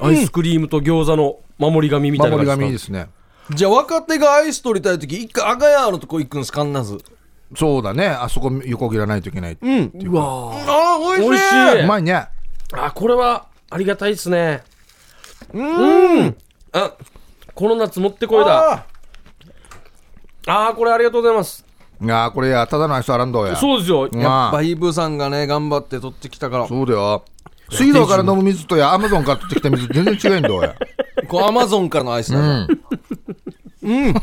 Speaker 2: アイスクリームと餃子の守り神
Speaker 3: う、
Speaker 2: みたいな
Speaker 3: 守
Speaker 2: 感
Speaker 3: り
Speaker 2: じ
Speaker 3: 神ですすね。
Speaker 1: じゃあ、若手がアイス取りたいとき、一回、アガヤーのとこ行くんです、必ず。
Speaker 3: そうだね、あそこ横切らないといけないっていうか。
Speaker 2: か。うわー
Speaker 1: ああ、
Speaker 2: 美
Speaker 1: 美味
Speaker 2: 味
Speaker 1: し
Speaker 2: し
Speaker 1: い。
Speaker 2: い。
Speaker 3: うまいね。
Speaker 2: あ、これはありがたいですね。うん。あ、この夏もってこいだ。
Speaker 1: あ
Speaker 2: あー、これありがとうございます。
Speaker 3: いやーこれや、ただのアイスあらんどや。
Speaker 2: そうですよ。
Speaker 1: ーやっ
Speaker 3: ま
Speaker 1: ぱ
Speaker 3: あ、
Speaker 1: イブさんがね、頑張って取ってきたから、
Speaker 3: そうだよ。水道から飲む水とや、アマゾンから取ってきた水、全然違うんだよや。
Speaker 1: こうアマゾンからのアイスだから、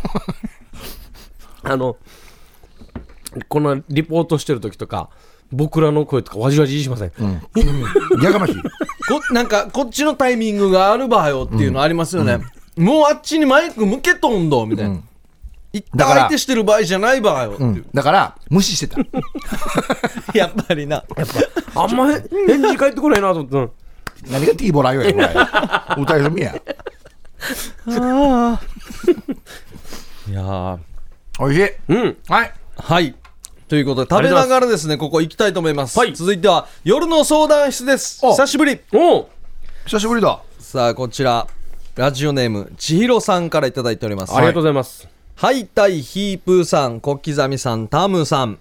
Speaker 2: あの、このリポートしてる時とか、僕らの声とかわじわじしません。
Speaker 3: やかましい。
Speaker 1: こなんか、こっちのタイミングがあるばよっていうのありますよね。もうあっちにマイク向けとんど、みたいな。一
Speaker 3: だ
Speaker 1: 旦
Speaker 3: から
Speaker 1: 相手してる場合じゃないばよっていう。
Speaker 3: だから、無視してた。
Speaker 1: やっぱりな。
Speaker 2: あんまへ返事返ってこないなと思ってうん。
Speaker 3: 何がティーボラよや、これ。歌い読みや。
Speaker 1: いやー
Speaker 3: おいしい。
Speaker 2: うん。
Speaker 3: はい。
Speaker 1: はい。ということで、食べながらですね、ここ行きたいと思います。
Speaker 2: はい
Speaker 1: 続いては、夜の相談室です。
Speaker 3: お
Speaker 1: 久しぶり。
Speaker 2: おう
Speaker 3: 久しぶりだ。
Speaker 1: さあ、こちら、ラジオネーム、ちひろさんからいただいております。
Speaker 2: ありがとうございます。
Speaker 1: ハイタイヒープーさん、小刻みさん、タムさん。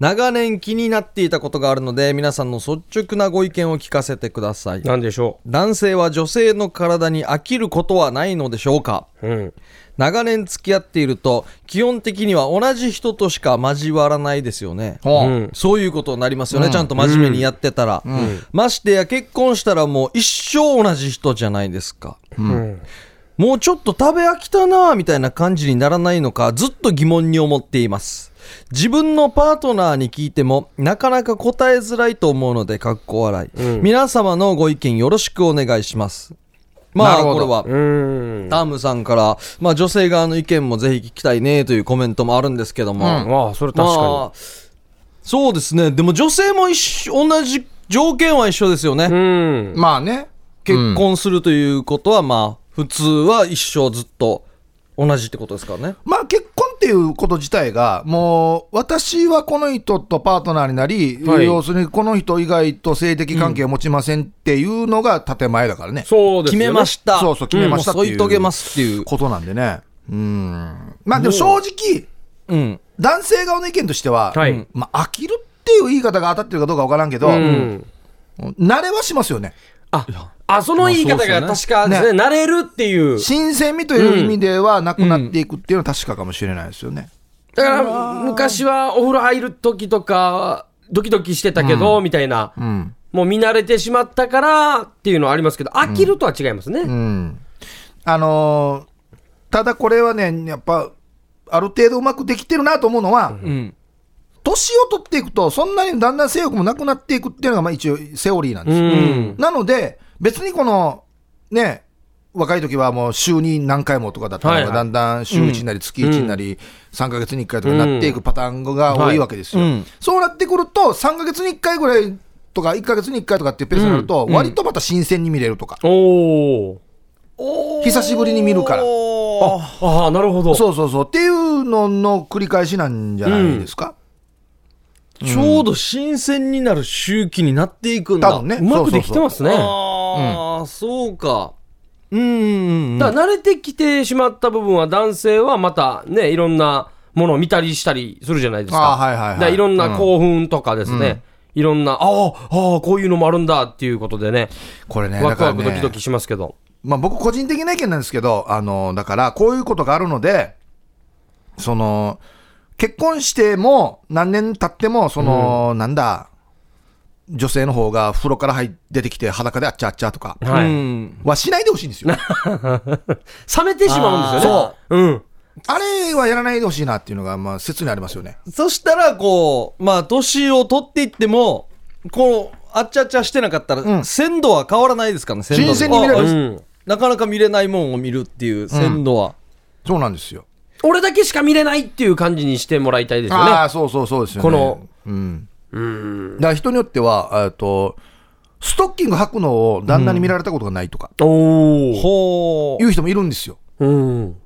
Speaker 1: 長年気になっていたことがあるので、皆さんの率直なご意見を聞かせてください。
Speaker 2: なんでしょ
Speaker 1: 男性は女性の体に飽きることはないのでしょうか
Speaker 2: う。うん。
Speaker 1: 長年付き合っていると、基本的には同じ人としか交わらないですよね。
Speaker 2: う
Speaker 3: ほう
Speaker 2: ん
Speaker 1: そういうことになりますよね、ちゃんと真面目にやってたら、ましてや結婚したらもう一生同じ人じゃないですか、
Speaker 2: うん。
Speaker 1: もうちょっと食べ飽きたなぁみたいな感じにならないのかずっと疑問に思っています自分のパートナーに聞いてもなかなか答えづらいと思うのでかっこ笑い、
Speaker 2: うん
Speaker 1: 皆様のご意見よろしくお願いしますま
Speaker 3: な
Speaker 1: あ
Speaker 3: るほ
Speaker 1: こ
Speaker 3: ど
Speaker 1: れは
Speaker 2: うん。
Speaker 1: タームさんから、まあ、女性側の意見もぜひ聞きたいねというコメントもあるんですけども、
Speaker 2: ああ、それ確かに。
Speaker 1: まあそうですねでも女性も一緒同じ条件は一緒ですよね、
Speaker 2: うん。
Speaker 3: まあね。
Speaker 1: 結婚するということはまあ普通は一生ずっと同じってことですからね
Speaker 3: まあ結婚っていうこと自体が、もう私はこの人とパートナーになり、
Speaker 2: はい
Speaker 3: 要するにこの人以外と性的関係を持ちませんっていうのが建前だからね。
Speaker 2: そうです
Speaker 1: 決
Speaker 2: よね
Speaker 1: めました
Speaker 3: そうそう、決めましたって
Speaker 1: もう
Speaker 3: いう。
Speaker 1: 添い遂げますっていう
Speaker 3: ことなんでね。うん。まあでも正直、
Speaker 1: うん
Speaker 3: 男性側の意見としては、
Speaker 2: はい
Speaker 3: まあ飽きるっていう言い方が当たってるかどうかわからんけど、
Speaker 2: うん。
Speaker 3: 慣れはしますよね。
Speaker 2: あ、あ、その言い方が
Speaker 1: まあ
Speaker 2: 確かですね、慣れるっていう。
Speaker 3: 新鮮味という意味ではなくなっていくっていうのは確かかもしれないですよね。
Speaker 2: だから、昔はお風呂入る時とか、ドキドキしてたけど、みたいな、
Speaker 3: うん。
Speaker 2: もう見慣れてしまったからっていうのはありますけど、飽きるとは違いますね。
Speaker 3: うん。あのーただこれはね、やっぱ、ある程度うまくできてるなと思うのは、
Speaker 1: うん
Speaker 3: 年を取っていくと、そんなにだんだん性欲もなくなっていくっていうのが、まあ一応セオリーなんですよ。
Speaker 2: うん
Speaker 3: なので、別にこの、ね、若い時はもう週に何回もとかだったの
Speaker 2: はい
Speaker 3: が、
Speaker 2: はい
Speaker 3: だんだん週1なり月1なり、3ヶ月に1回とかになっていくパターンが多いわけですよ。
Speaker 1: はいうん
Speaker 3: そうなってくると、3ヶ月に1回ぐらいとか、1ヶ月に1回とかっていうペースになると、割とまた新鮮に見れるとか、
Speaker 2: おお。
Speaker 3: 久しぶりに見るから。
Speaker 1: おー
Speaker 2: ああ、なるほど。
Speaker 3: そうそうそう。っていうのの繰り返しなんじゃないですか。
Speaker 1: ちょうど新鮮になる周期になっていくんだ
Speaker 3: 多分ね
Speaker 2: うまくできてますね。
Speaker 1: ああ、そうかうんうんうん
Speaker 2: だから慣れてきてしまった部分は男性はまたね、いろんなものを見たりしたりするじゃないですか。
Speaker 3: あーはいはいはい
Speaker 2: だからいろんな興奮とかですね。いろんな、ああ、ああ、こういうのもあるんだっていうことでね、
Speaker 3: これね、
Speaker 2: ワクワクド
Speaker 3: だからね
Speaker 2: キドキしますけど。
Speaker 3: まあ、僕個人的な意見なんですけど、あの、だから、こういうことがあるので、その、結婚しても、何年経っても、その、なんだ、女性の方が風呂から入って出てきて裸であっちゃあっちゃとか、
Speaker 2: はい。
Speaker 1: うん
Speaker 3: はしないでほしいんで すよ。
Speaker 2: 冷めてしまうんですよね。そう。うん。
Speaker 3: あれはやらないでほしいなっていうのが、まあ、説にありますよね。
Speaker 1: そしたらこうまあ年を取っていってもこうあっちゃっちゃしてなかったら、
Speaker 3: うん
Speaker 1: 鮮度は変わらないですからね鮮度
Speaker 3: 新鮮に見れる
Speaker 1: あ
Speaker 2: う
Speaker 1: あ
Speaker 2: ん、
Speaker 1: なかなか見れないもんを見るっていう鮮度は、
Speaker 3: そうなんですよ。
Speaker 2: 俺だけしか見れないっていう感じにしてもらいたいですよね。
Speaker 3: ああ、そうそうそうですよ
Speaker 2: こ
Speaker 3: ね。
Speaker 2: の、
Speaker 3: うん。だから人によっては、えっと、ストッキング履くのを旦那に見られたことがないとか、
Speaker 2: おお。
Speaker 1: ほ
Speaker 3: いう人もいるんですよ。
Speaker 2: うん。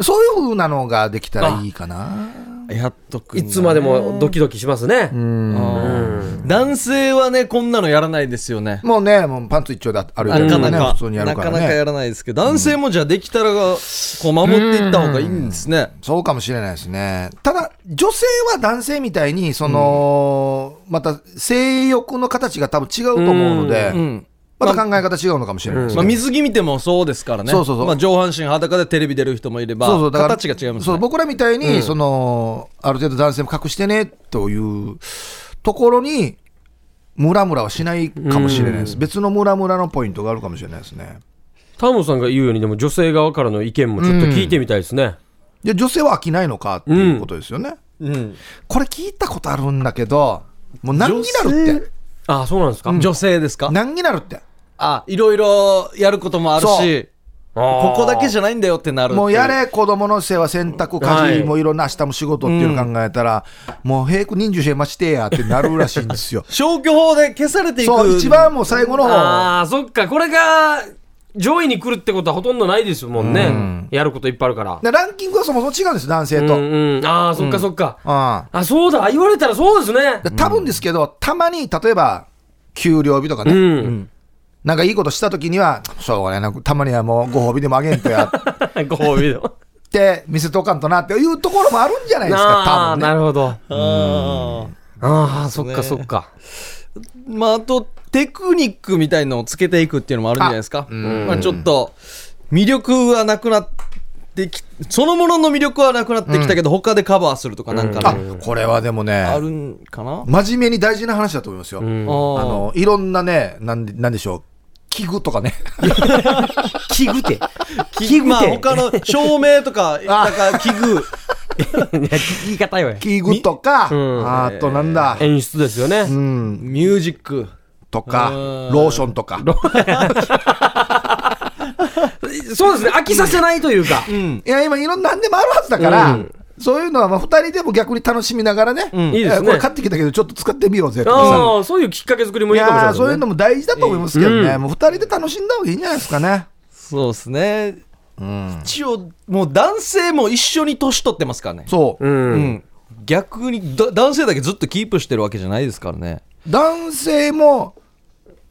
Speaker 3: そういうふうなのができたらいいかな。
Speaker 1: うやっとくんだ
Speaker 2: い
Speaker 1: ね
Speaker 2: つまでもドキドキしますね。
Speaker 1: うん男性はねこんなのやらないですよね
Speaker 3: もうね、もうパンツ一丁で歩い
Speaker 1: な
Speaker 3: てる
Speaker 1: か
Speaker 3: か
Speaker 1: な
Speaker 3: らね、
Speaker 1: か、
Speaker 3: 普通にやる
Speaker 1: な
Speaker 3: か
Speaker 1: からなか
Speaker 3: ね
Speaker 1: や。らないですけど、男性もじゃあできたらが、こう守っていった方がいいんですね。
Speaker 3: そうかもしれないですね。ただ、女性は男性みたいに、その、また性欲の形が多分違うと思うので、
Speaker 1: うん。
Speaker 3: また考え方違うのかもしれないです
Speaker 1: まあ、
Speaker 3: ね。
Speaker 1: 水着見てもそうですからね。
Speaker 3: そうそうそう
Speaker 1: まあ、上半身裸でテレビ出る人もいれば、
Speaker 3: そうそう、だから、
Speaker 1: 形が違います
Speaker 3: そう、
Speaker 1: ね。
Speaker 3: 僕らみたいに、その、ある程度男性も隠してね、というところに、ムラムラはしないかもしれないです。別のムラムラのポイントがあるかもしれないですね。
Speaker 2: タモさんが言うように、でも女性側からの意見もちょっと聞いてみたいですね。
Speaker 3: で、女性は飽きないのかっていうことですよね。
Speaker 1: うん
Speaker 3: これ聞いたことあるんだけど、もう何になるって。
Speaker 2: ああ、そうなんですか。
Speaker 1: 女性ですか
Speaker 3: 何になるって。
Speaker 1: あ、いろいろやることもあるし、ここだけじ
Speaker 2: ゃ。
Speaker 1: ゃないんだよってなるってい。。
Speaker 3: もうやれ、子供の世話、洗濯、
Speaker 2: は
Speaker 3: 家
Speaker 2: い
Speaker 3: 事、もういろんな明日も仕事っていうの考えたら、もう平均人数増えましてやってなるらしいんですよ
Speaker 1: 消去法で消されていく。
Speaker 3: そう、一番もう最後の方、
Speaker 2: ああ、そっか。これが上位に来るってことはほとんどないですもんね。やることいっぱいあるから。
Speaker 3: でランキングはそもそも違うんです、男性
Speaker 2: う
Speaker 3: と。うん。
Speaker 2: んうん。ああ、そっかそっか。
Speaker 3: だ
Speaker 2: あ、そうだ。言われたらそうですね。
Speaker 3: 多分ですけど、たまに例えば、給料日とか
Speaker 2: う
Speaker 3: ね、
Speaker 2: ん。
Speaker 3: なんかいいことしたときには、しょうがないな、たまにはもうご褒美でもあげんとやっ
Speaker 2: ご褒美の。
Speaker 3: て、見せとかんとなっていうところもあるんじゃないですか、
Speaker 2: あ
Speaker 3: 多
Speaker 2: あ、
Speaker 3: 分ね
Speaker 2: な。るほど。
Speaker 1: あー
Speaker 2: ああ、そっかそっか。
Speaker 1: まあ、あと、テクニックみたいのをつけていくっていうのもあるんじゃないですか。まあ、ちょっと、魅力はなくなってき、そのものの魅力はなくなってきたけど、他でカバーするとかなんか
Speaker 3: あ
Speaker 1: ね、
Speaker 3: これはでもね、
Speaker 1: あるんかな、
Speaker 3: 真面目に大事な話だと思いますよ。
Speaker 1: あ
Speaker 2: ん
Speaker 3: あ
Speaker 1: の
Speaker 3: のいろんなね、なんでなんでしょう、器具とかね、
Speaker 2: 器具て。
Speaker 1: 器具、まあ、
Speaker 2: て
Speaker 1: 他の照明と か、なんか器具、
Speaker 2: 言い方よ。
Speaker 3: 器具とか、
Speaker 2: ん
Speaker 3: あとなんだ、
Speaker 2: 演出ですよね。
Speaker 3: うん、
Speaker 1: ミュージック。
Speaker 3: とか、
Speaker 1: うん
Speaker 3: ローションとか。
Speaker 2: そうですね。飽きさせないというか。
Speaker 3: いや、今、いろんな何でもあるはずだから、
Speaker 2: うん
Speaker 3: そういうのはまあ2人でも逆に楽しみながらね、
Speaker 2: んいいですね
Speaker 3: やこれ買ってきたけど、ちょっと使ってみようぜとかさ。
Speaker 2: ああ、そういうきっかけ作りも
Speaker 3: い
Speaker 2: いいかもしれ
Speaker 3: や
Speaker 2: な
Speaker 3: ー
Speaker 2: い。
Speaker 3: そういうのも大事だと思いますけどね、
Speaker 2: うん
Speaker 3: もう2人で楽しんだ方がいいんじゃないですかね。
Speaker 1: そうですね。一応、もう男性も一緒に年取ってますからね。
Speaker 3: そう、
Speaker 2: うん。
Speaker 1: うん逆にだ男性だけずっとキープしてるわけじゃないですからね。
Speaker 3: 男性も、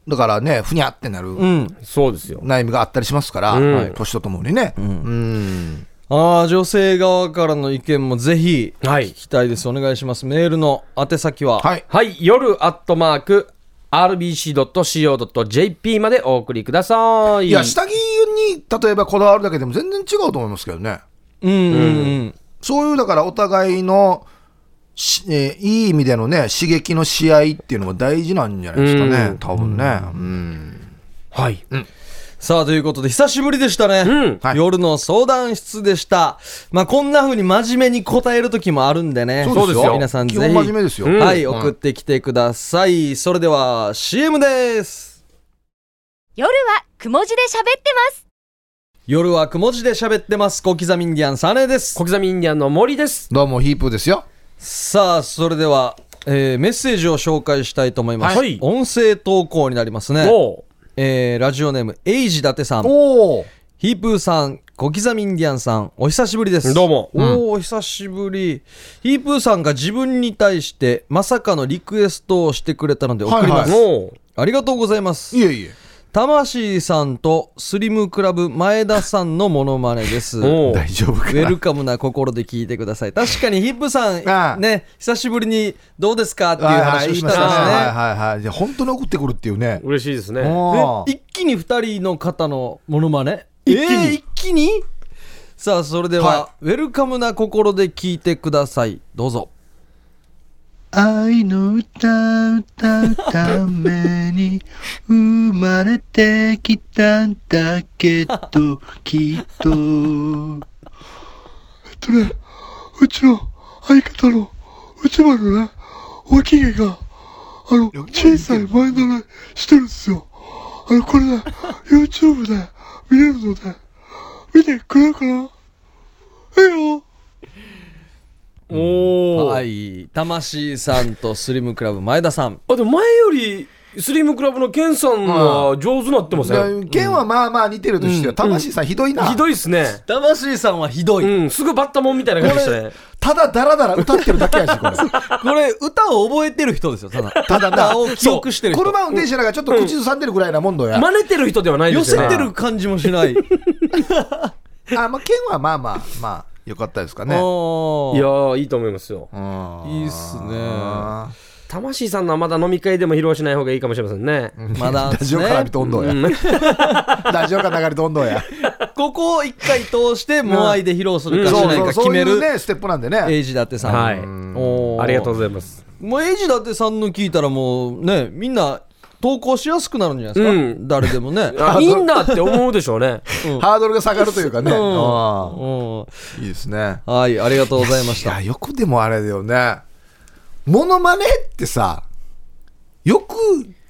Speaker 3: だからね、ふにゃってなる
Speaker 1: うん。
Speaker 2: そうですよ。
Speaker 3: 悩みがあったりしますから、
Speaker 2: ん
Speaker 3: はい年とともにね。うん
Speaker 1: ああ、女性側からの意見もぜひ
Speaker 2: はい
Speaker 1: 聞きたいです。お願いします。メールの宛先は、
Speaker 3: はい。
Speaker 2: はい。夜アットマーク、rbc.co.jp までお送りください。
Speaker 3: いや、下着に例えばこだわるだけでも全然違うと思いますけどね。
Speaker 1: うんうんうん。
Speaker 3: そういう、だからお互いのし、えーいい意味でのね、刺激の試合っていうのも大事なんじゃないですか
Speaker 2: う
Speaker 3: ね
Speaker 2: ん、
Speaker 3: 多分ね。うん。
Speaker 2: はい。
Speaker 1: さあ、ということで、久しぶりでしたね。
Speaker 2: うん
Speaker 3: はい
Speaker 1: 夜の相談室でした。まあ、こんな風に真面目に答える時もあるんでね。
Speaker 3: そうですよ
Speaker 1: 皆さんぜひ。
Speaker 3: 基本真面目ですよ、
Speaker 1: はいう
Speaker 3: ん
Speaker 1: 送ってきてください。それでは、CM です。
Speaker 4: 夜はくも字で喋ってます
Speaker 1: 夜はくも字で喋ってます。小刻みインディアンサネです
Speaker 2: 小。刻みインディアンの森です。
Speaker 3: どうもヒープーですよ
Speaker 1: さあ、それでは、えーメッセージを紹介したいと思います。
Speaker 2: はい
Speaker 1: 音声投稿になりますね。
Speaker 2: おう
Speaker 1: えーラジオネーム、エイジ伊達さん。
Speaker 3: おお
Speaker 1: ヒープーさん、小刻みインディアンさん、お久しぶりです。
Speaker 2: どうも
Speaker 1: おーお久しぶり。ヒープーさんが自分に対して、まさかのリクエストをしてくれたので送ります。
Speaker 3: はい
Speaker 2: おう
Speaker 1: ありがとうございます。
Speaker 3: いえいえ
Speaker 1: 魂さんとスリムクラブ前田さんのモノマネです。ウ
Speaker 2: おう
Speaker 3: 大丈夫か
Speaker 1: ェ
Speaker 3: な
Speaker 1: ルカムな心で聞いてください。確かにヒップさ
Speaker 3: ああ
Speaker 1: ん、ね、久しぶりにどうですかっていう
Speaker 3: はいはい
Speaker 1: 話を
Speaker 3: 言い
Speaker 1: した
Speaker 3: ましたねはい
Speaker 1: らね。
Speaker 3: はいはいじゃあ本当に送ってくるっていうね
Speaker 2: 嬉しいですね。
Speaker 3: お
Speaker 1: え一気に二人の方のモノマネ一気に,、一気にさあ、それでは、
Speaker 3: は
Speaker 1: ウェルカムな心で聞いてください。どうぞ。
Speaker 8: 愛の歌歌うために生まれてきたんだけど、きっと。えっとね、うちの相方の内村のね、脇毛が、あの、小さい前習いしてるんですよ。あの、これね、YouTube で見れるので、見てくれるかなええよ
Speaker 2: おお。
Speaker 1: はい。魂さんとスリムクラブ前田さん。
Speaker 2: あ、でも前より、スリムクラブのケンさんは上手になってません、
Speaker 3: ー剣はまあまあ似てるとしては魂さんひどいな
Speaker 2: ひどいっすね。
Speaker 1: 魂さんはひどい。
Speaker 2: うん、すぐバッタモンみたいな感じでしたね。
Speaker 3: ただダラダラ歌ってるだけやしこれ
Speaker 1: これ、歌を覚えてる人ですよ、ただ。ただ歌を記憶してる人。
Speaker 3: 車運転しながらちょっと口ずさんでるぐらいなもんどや、
Speaker 2: 真似てる人ではないで
Speaker 1: 寄
Speaker 2: す
Speaker 1: せ
Speaker 2: よね。
Speaker 1: てる感じもし ない。
Speaker 3: あまあ剣はまあまあまあよかったですかね
Speaker 1: おー
Speaker 2: いやー、いいと思いますよ。
Speaker 3: うん
Speaker 1: いいっすね
Speaker 3: あ
Speaker 2: 魂さんのはまだ飲み会でも披露しない方がいいかもしれませんね。
Speaker 3: ー
Speaker 1: まだ
Speaker 3: ラジオから見て温度や、 ラジオから流れて温度や
Speaker 1: ここを一回通して、モアイで披露するかし
Speaker 3: そう
Speaker 1: ないか
Speaker 3: そう
Speaker 1: 決
Speaker 3: そうい
Speaker 1: め
Speaker 3: う
Speaker 1: る。
Speaker 3: ねステップなんでね
Speaker 1: エイジ伊達さん。
Speaker 2: はい
Speaker 1: おー
Speaker 2: ありがとうございます。
Speaker 1: もうエイジ伊達さんの聞いたらもうね、みんな投稿しやすくなるんじゃないですか。
Speaker 2: うん
Speaker 1: 誰でもね。
Speaker 2: あいいんだって思うでしょうね。
Speaker 3: ハードルが下がるというかね、う
Speaker 1: うん
Speaker 3: んいいですね
Speaker 1: はい、ありがとうございまし
Speaker 3: い
Speaker 1: た
Speaker 3: や。よくでもあれだよねモノマネってさよく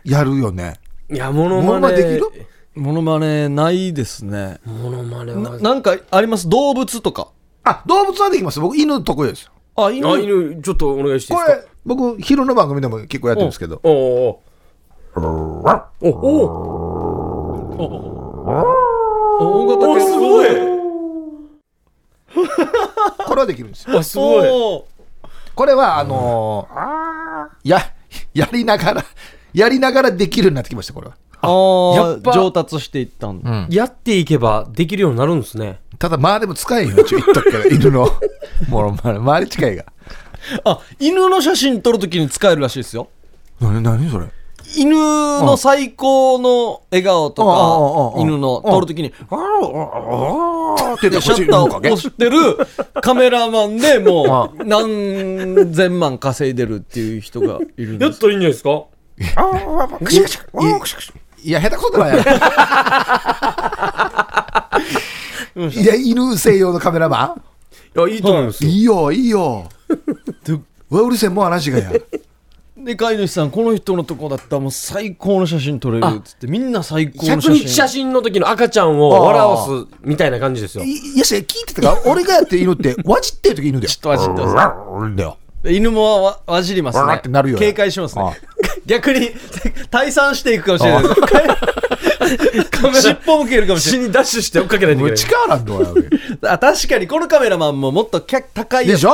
Speaker 3: やるよね
Speaker 2: いや、モノ
Speaker 3: モノ
Speaker 2: マ
Speaker 3: マ
Speaker 2: ネ。
Speaker 3: ネできる
Speaker 1: モノマネないですね。
Speaker 2: モノマネ
Speaker 1: な
Speaker 2: は。
Speaker 1: なんかあります動物とか。
Speaker 3: あ動物はできます僕犬得意ですよ
Speaker 1: あ、
Speaker 2: あ、
Speaker 1: 犬。
Speaker 2: 犬、ちょっとお願いしていい
Speaker 3: こ
Speaker 2: ですか
Speaker 3: れ僕昼の番組でも結構やってるんですけど
Speaker 2: おおおおお
Speaker 1: お大
Speaker 2: お
Speaker 1: 型
Speaker 2: お
Speaker 1: 犬
Speaker 2: すごい
Speaker 3: これはできるんですよ
Speaker 2: あすごい
Speaker 1: おー
Speaker 3: これはあのーややりながらやりながらできるようになってきましたこれは
Speaker 1: あ
Speaker 2: やっ
Speaker 1: あ、
Speaker 2: ぱ
Speaker 1: 上達していったんだ。
Speaker 2: やっていけばできるようになるんですね
Speaker 3: ただまあでも使えへんよちょ言っとくけど 犬のもう周り周り近いが
Speaker 1: あ、犬の写真撮るときに使えるらしいですよ。
Speaker 3: 何何それ
Speaker 1: 犬の最高の笑顔とか、
Speaker 3: うん
Speaker 1: 犬の撮るときに、
Speaker 3: ああああって言
Speaker 1: で
Speaker 3: っ
Speaker 1: シャッターを押してるカメラマンでもう何千万稼いでるっていう人がいるん
Speaker 2: や
Speaker 1: で
Speaker 2: っ
Speaker 1: す。
Speaker 2: たらいいんじゃないですか
Speaker 3: クシャクシャいや下手くそだなや いや犬専用のカメラマ
Speaker 2: いやいいと思います
Speaker 3: ン
Speaker 2: よ
Speaker 3: いいよいい ようわうるせえもう話がや
Speaker 1: で、飼い主さん、この人のとこだったらもう最高の写真撮れるっつって、みんな最高の
Speaker 2: 100
Speaker 1: 写
Speaker 2: 日
Speaker 1: 真。
Speaker 2: 写真の時の赤ちゃんを笑わすみたいな感じですよ
Speaker 3: いいやし聞いてたから 俺がやってる犬ってわじってる時犬だよ
Speaker 1: ちょっとわじってます
Speaker 3: 俺だよ
Speaker 1: で犬もわわじります
Speaker 3: わ
Speaker 1: ね。
Speaker 3: ーってなるよね
Speaker 1: 警戒します
Speaker 3: あ
Speaker 1: ね
Speaker 3: あ。
Speaker 1: 逆に退散していくかもしれ ないです。尻尾向けるかもしれ
Speaker 2: 死
Speaker 1: ない。
Speaker 2: にダッシュして追っかけないといけない
Speaker 3: 力あらんのやべ
Speaker 1: あ確かにこのカメラマンももっとキャ高い
Speaker 3: でしょ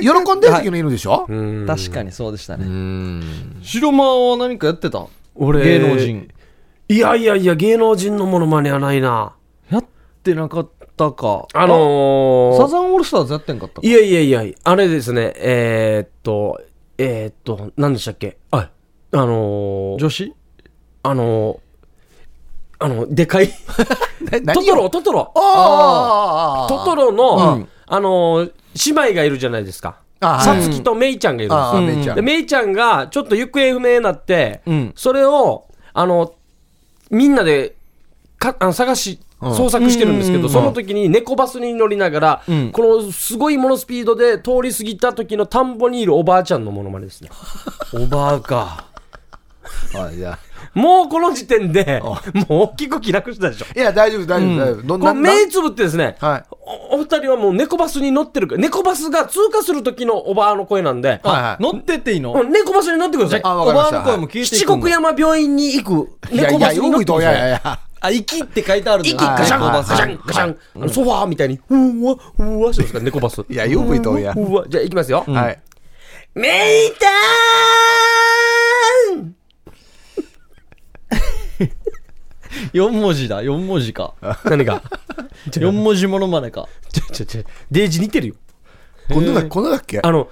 Speaker 3: 喜
Speaker 1: よ
Speaker 3: んでる時の犬でしょ、
Speaker 1: 確かにそうでしたね。白間は何かやってた
Speaker 2: 俺
Speaker 1: 芸能人。
Speaker 2: いやいやいや芸能人のモノマネはないな
Speaker 1: やってなかったか。
Speaker 2: あの
Speaker 1: あ
Speaker 2: ー、
Speaker 1: サザンオールスターズやってんかったか
Speaker 2: いやいやいや、あれですね、えー、っと、えー、っと、何でしたっけあ、あのー、
Speaker 1: 女子
Speaker 2: あのー、あの、でかい、
Speaker 3: え何
Speaker 2: トトロ、トトロ、
Speaker 3: あ
Speaker 2: トトロの、
Speaker 1: うん
Speaker 2: あのー、姉妹がいるじゃないですか。
Speaker 3: あ
Speaker 2: さつきとめいちゃんがいるんです
Speaker 3: あ
Speaker 2: よ
Speaker 3: あ、
Speaker 1: うん
Speaker 3: めいちゃん
Speaker 2: で、めいちゃんがちょっと行方不明になって、
Speaker 1: うん
Speaker 2: それを、あの、みんなで、かあの探し、捜索してるんですけど、その時に猫バスに乗りながら、
Speaker 1: ん
Speaker 2: このすごいものスピードで通り過ぎた時の田んぼにいるおばあちゃんのものまねですね。
Speaker 1: おばあか。
Speaker 3: あじゃあ
Speaker 2: もうこの時点で、もう大きく気楽したでしょ。
Speaker 3: いや、大丈夫、大丈夫、大丈夫。ど
Speaker 2: こ
Speaker 3: んな
Speaker 2: う目つぶってですね、
Speaker 3: はい
Speaker 2: おお二人はもう猫バスに乗ってるから、猫バスが通過する時のおばあの声なんで、
Speaker 3: はいはい
Speaker 1: 乗ってっていいの、
Speaker 2: うん猫バスに乗ってください。
Speaker 3: あわ
Speaker 1: お
Speaker 3: かりま
Speaker 1: ばあ
Speaker 3: した
Speaker 1: の声も聞いてい
Speaker 2: 七
Speaker 1: くんだ
Speaker 2: 国山病院に行く
Speaker 3: いや
Speaker 2: 猫
Speaker 3: い
Speaker 2: バ
Speaker 3: や、
Speaker 2: スに乗
Speaker 3: よ
Speaker 2: って
Speaker 3: く
Speaker 2: くだ
Speaker 3: どい
Speaker 2: さ
Speaker 3: や
Speaker 2: い
Speaker 3: いやいや。
Speaker 1: あ、息って書いてあるんだ
Speaker 2: 息
Speaker 1: よ
Speaker 2: ガシャン、
Speaker 1: 猫バ
Speaker 2: ガ
Speaker 1: ス
Speaker 2: シャン、ガシャン、あのソファーみたいに、うわ、うわ、しますから、猫バス。
Speaker 3: いや、よくどいや。
Speaker 2: うわ、じゃあ行きますよ。
Speaker 3: はい。
Speaker 2: メイターン
Speaker 1: 4文字だ、4文字 か。
Speaker 2: 何が
Speaker 1: 4文字ものまねか。
Speaker 2: ちょちょちょ、デイジ似てるよ。
Speaker 3: こんなだ、こんなだっけ
Speaker 2: あの、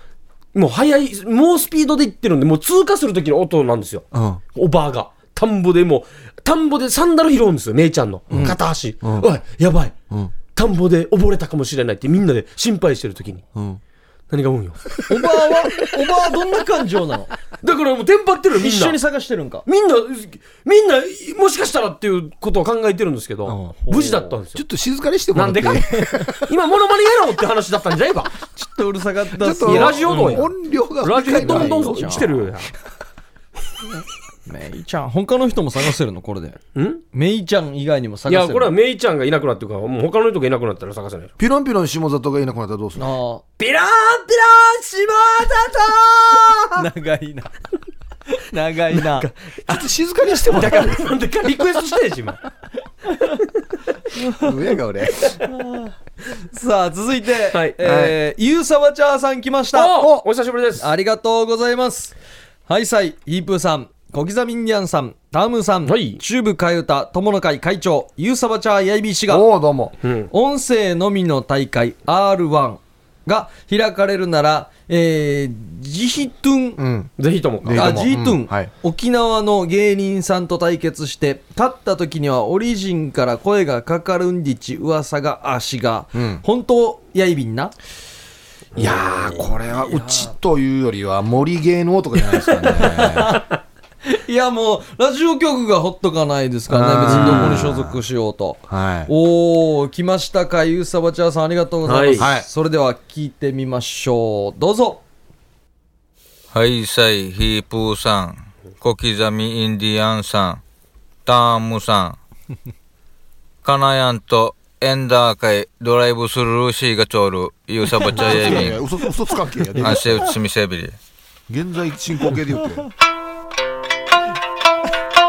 Speaker 2: もう速い、もうスピードで行ってるんで、もう通過する時の音なんですよ。
Speaker 3: うん。
Speaker 2: おばあが。田んぼでもう、田んぼでサンダル拾うんですよ、めいちゃんの。片足。おい、やばい、田んぼで溺れたかもしれないってみんなで心配してる時に。
Speaker 3: ん
Speaker 2: 何がうんよ。
Speaker 1: おばあは、おばあはどんな感情なの
Speaker 2: だからもうテンパってるよ、みん
Speaker 1: 一
Speaker 2: な。
Speaker 1: 緒に探してるんか。
Speaker 2: みんな、みんな、もしかしたらっていうことを考えてるんですけど、
Speaker 1: うん
Speaker 2: 無事だったんです
Speaker 3: ちょ
Speaker 2: よ
Speaker 3: っ。と静かにしても
Speaker 2: な
Speaker 3: ら
Speaker 2: ん
Speaker 3: っ
Speaker 2: で
Speaker 3: ていい
Speaker 2: か 今、モノマネやろうって話だったんじゃないか。
Speaker 1: ちょっとうるさかったっす
Speaker 3: ちょっ
Speaker 2: い
Speaker 3: と
Speaker 2: やラジオの
Speaker 3: 音量が
Speaker 2: ラジオどんどん
Speaker 3: そ
Speaker 2: 来てるよ。
Speaker 1: メイちゃん、他の人も探せるのこれで。
Speaker 2: ん
Speaker 1: メイちゃん以外にも探
Speaker 2: い
Speaker 1: せる
Speaker 2: や、これはメイちゃんがいなくなってるから、もう他の人がいなくなったら探せないでしょ。
Speaker 3: ピロンピロン下里がいなくなったらどうする
Speaker 1: あ
Speaker 2: ピラーンピラーンしま
Speaker 1: あ、長いな。 長いな。
Speaker 3: ちょっと静かにしてもら
Speaker 2: だ
Speaker 3: って
Speaker 2: から、なんでかリクエストしてるし、今。
Speaker 3: 上が俺。
Speaker 1: さあ、続いて、
Speaker 2: はい
Speaker 1: えー、ゆうさわちゃーさん来ました。
Speaker 2: おお久しぶりです。
Speaker 1: ありがとうございます。はいさい、ヒープーさん、小刻みインディアンさん、タームーさん、
Speaker 2: はい
Speaker 1: チューブ替え歌友の会会長、ゆうさばちゃーやいびーしが、
Speaker 3: おお、どうも。
Speaker 2: うん。
Speaker 1: 音声のみの大会 R1 が開かれるなら、えー、ジヒトゥン、
Speaker 3: うん。
Speaker 2: ぜひともか。
Speaker 3: ぜひとも
Speaker 1: あジートゥン、
Speaker 3: うんはい
Speaker 1: 沖縄の芸人さんと対決して勝った時にはオリジンから声がかかるんでち噂が足が、
Speaker 3: ん
Speaker 1: 本当やいびんない
Speaker 3: やー、これはうちというよりは森芸能とかじゃないですかね。
Speaker 1: いやもうラジオ局がほっとかないですからね別にどこに所属しようと、
Speaker 3: はい。
Speaker 1: おー来ましたかゆうさばちゃーさんありがとうございます、
Speaker 3: はいはい
Speaker 1: それでは聞いてみましょうどうぞ
Speaker 9: ハイサイヒープーさん、小刻みインディアンさん、タームさん、カナヤンとエンダー会ドライブスルーシーがちょる、ユーサバチャイ
Speaker 3: いやいや
Speaker 9: エ ミン、
Speaker 3: 嘘嘘つかんけやで。
Speaker 9: アンシェウチミセビリ。
Speaker 3: 現在進行形で言うて。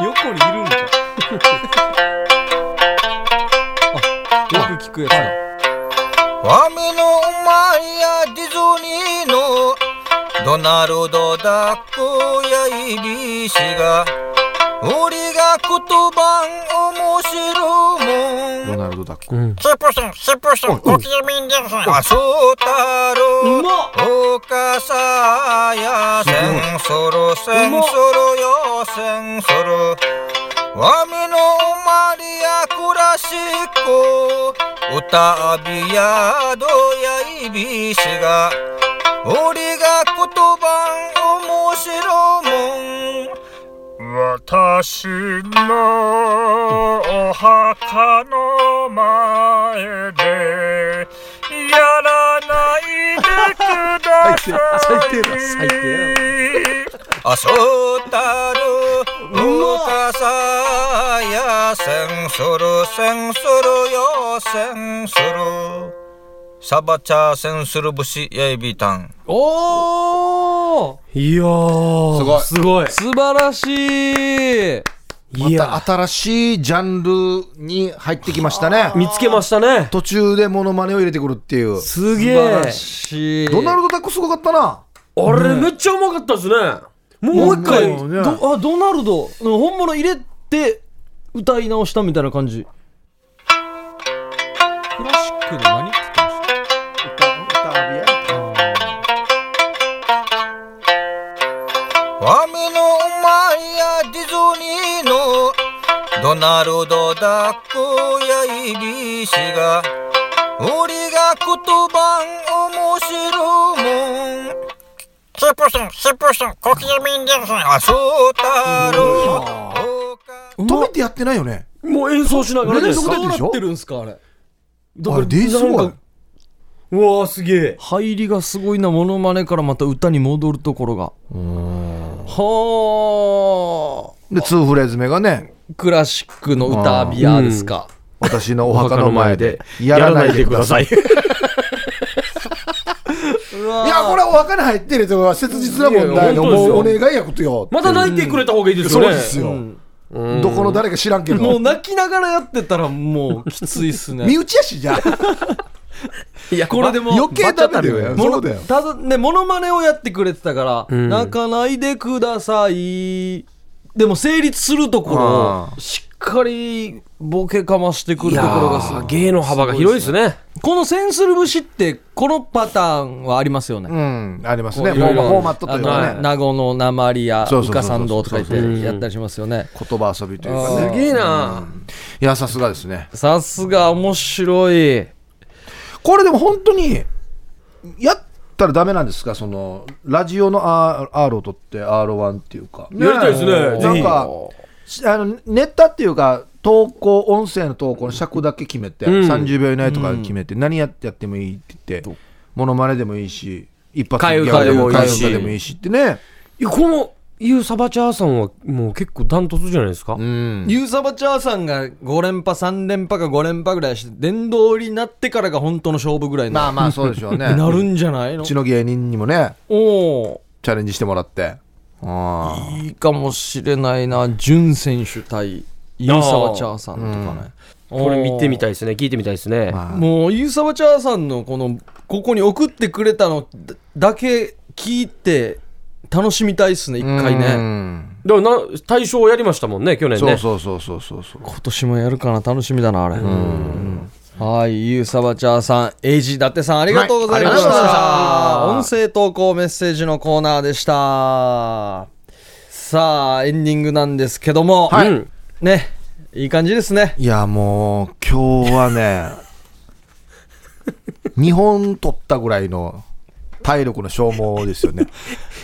Speaker 1: 横にいるんかあよく聞くやつだ
Speaker 9: ワミのマイやディズニーのドナルド・ダックやイリシが俺が言葉面白いもん
Speaker 3: ドナルド・ダック。
Speaker 9: シップソン、シップソン、コキミンデンソン、あ、そうたろ
Speaker 1: うまっ
Speaker 9: おかさやせんそろせんそろよせんそろわみのマリアクラシコ歌びやどやいびしが俺が言葉面白いもん私のお墓の前でやらないでください
Speaker 3: 最低だ最
Speaker 9: あそうたるおかさやせんそるせんそるよせんそるサバチャーせんする節やいびたん
Speaker 1: おー
Speaker 2: いやー、すごい。
Speaker 1: 素晴らしい
Speaker 3: ま
Speaker 2: い
Speaker 3: た
Speaker 2: や、
Speaker 3: 新しいジャンルに入ってきましたね。
Speaker 2: 見つけましたね。
Speaker 3: 途中でモノマネを入れてくるっていう。
Speaker 2: すげ
Speaker 1: 素晴
Speaker 2: え
Speaker 1: ら。しい
Speaker 3: ドナルド・ダックすごかったな。
Speaker 2: あれ、めっちゃうまかったですね。もう一回。
Speaker 3: もうね
Speaker 1: どあドナルド本物入れて歌い直したみたいな感じクラシックの何って言ってました
Speaker 9: わみのマイやディズニーのドナルド・ダックやイリシが俺が言葉面白いもんシップソンシップソンコキミンデンソンあそうたろう
Speaker 3: 止めてやってないよね。
Speaker 2: もう演奏しながらです。
Speaker 3: 連続ででし
Speaker 1: どうな
Speaker 3: ょ
Speaker 1: ってるんすかあれ
Speaker 3: あれ、デイすご
Speaker 1: なん
Speaker 3: い
Speaker 1: か。
Speaker 2: うわー、すげえ。
Speaker 1: 入りがすごいなモノマネからまた歌に戻るところがは
Speaker 3: で、2フレーズ目がね、
Speaker 1: クラシックの歌ビアですか。
Speaker 3: 私のお墓の前でやらないでください。いや、これはお墓に入ってるとか切実な問題の
Speaker 2: いやいや
Speaker 3: もうお
Speaker 2: 本当で
Speaker 3: 願いやことよ。
Speaker 2: また泣いてくれた方がいいですよ
Speaker 3: そう
Speaker 2: ね。
Speaker 3: ですよ。どこの誰か知らんけ
Speaker 1: も
Speaker 3: ど
Speaker 1: う。泣きながらやってたらもうきついっすね。
Speaker 3: 身内やしじゃあ。
Speaker 2: いや、
Speaker 1: これでも
Speaker 3: 余計ダメだよ。
Speaker 1: もの
Speaker 3: そうだよ。
Speaker 1: ただねモノマネをやってくれてたから「
Speaker 2: ん
Speaker 1: 泣かないでください」でも成立するところをしっかりボケかましてくるところがす
Speaker 2: あー芸の幅が広いですね。
Speaker 1: このセンスル節ってこのパターンはありますよね、
Speaker 3: うん、ありますね。
Speaker 1: こう
Speaker 3: フ
Speaker 1: い
Speaker 3: ォーマ
Speaker 1: ろいろ
Speaker 3: フォーマットという
Speaker 1: あ
Speaker 3: か
Speaker 1: の
Speaker 3: ね。
Speaker 1: 名護のなまりや
Speaker 3: そう
Speaker 1: う
Speaker 3: そうそ
Speaker 1: か
Speaker 3: うそう
Speaker 1: さんどうとか言ってやったりしますよね
Speaker 3: 言葉遊びというか
Speaker 2: す
Speaker 3: ね。
Speaker 2: げえな。
Speaker 3: いや、さすがですね。
Speaker 1: さすが面白い
Speaker 3: これでも本当に、やったらダメなんですかその、ラジオの R- R を取って R1 っていうか。
Speaker 2: やりたいですね
Speaker 3: な
Speaker 2: ぜ
Speaker 3: ん
Speaker 2: ひ
Speaker 3: か、しあの、ネタっていうか、投稿、音声の投稿の尺だけ決めて、
Speaker 2: ん
Speaker 3: 30秒以内とか決めて、何やってやってもいいって言って、モノマネでもいいし、一発
Speaker 2: 替え歌でもいいし
Speaker 3: 替え歌でもいいしってね。
Speaker 2: いやこの、ゆうさばちゃーさんはもう結構ダントツじゃないですか。
Speaker 3: うん。
Speaker 1: ユーサバチャーさんが5連覇3連覇か5連覇ぐらいして殿堂入りになってからが本当の勝負ぐらいの
Speaker 3: まあまあ、そうでしょう ね。
Speaker 1: なる
Speaker 3: うん
Speaker 1: じゃないの
Speaker 3: ちの芸人にもね、
Speaker 1: おお
Speaker 3: チャレンジしてもらって。ああ。
Speaker 1: ーいいかもしれないな潤選手対ユーサバチャーさんとかね、
Speaker 2: これ見てみた
Speaker 1: い
Speaker 2: いですね。聞いてみたいですね。
Speaker 3: まあ
Speaker 1: もうユーサバチャーさんのこのここに送ってくれたのだだけ聞いて楽しみたいっすね一回
Speaker 3: う
Speaker 1: ね
Speaker 3: ん
Speaker 2: でもな、大賞やりましたもんね、去年
Speaker 3: そう
Speaker 2: ね。
Speaker 3: そうそうそうそうそう。
Speaker 1: 今年もやるかな楽しみだなあれはいユーサバチャーさんエイジ伊達さんありがとうございました、
Speaker 3: はいありがとうございま
Speaker 1: 音声投稿メッセージのコーナーでしたさあエンディングなんですけども、
Speaker 3: はい
Speaker 2: うん
Speaker 1: ねいい感じですね
Speaker 3: いや、もう、今日は ね、2本取ったぐらいの体力の消耗です よね。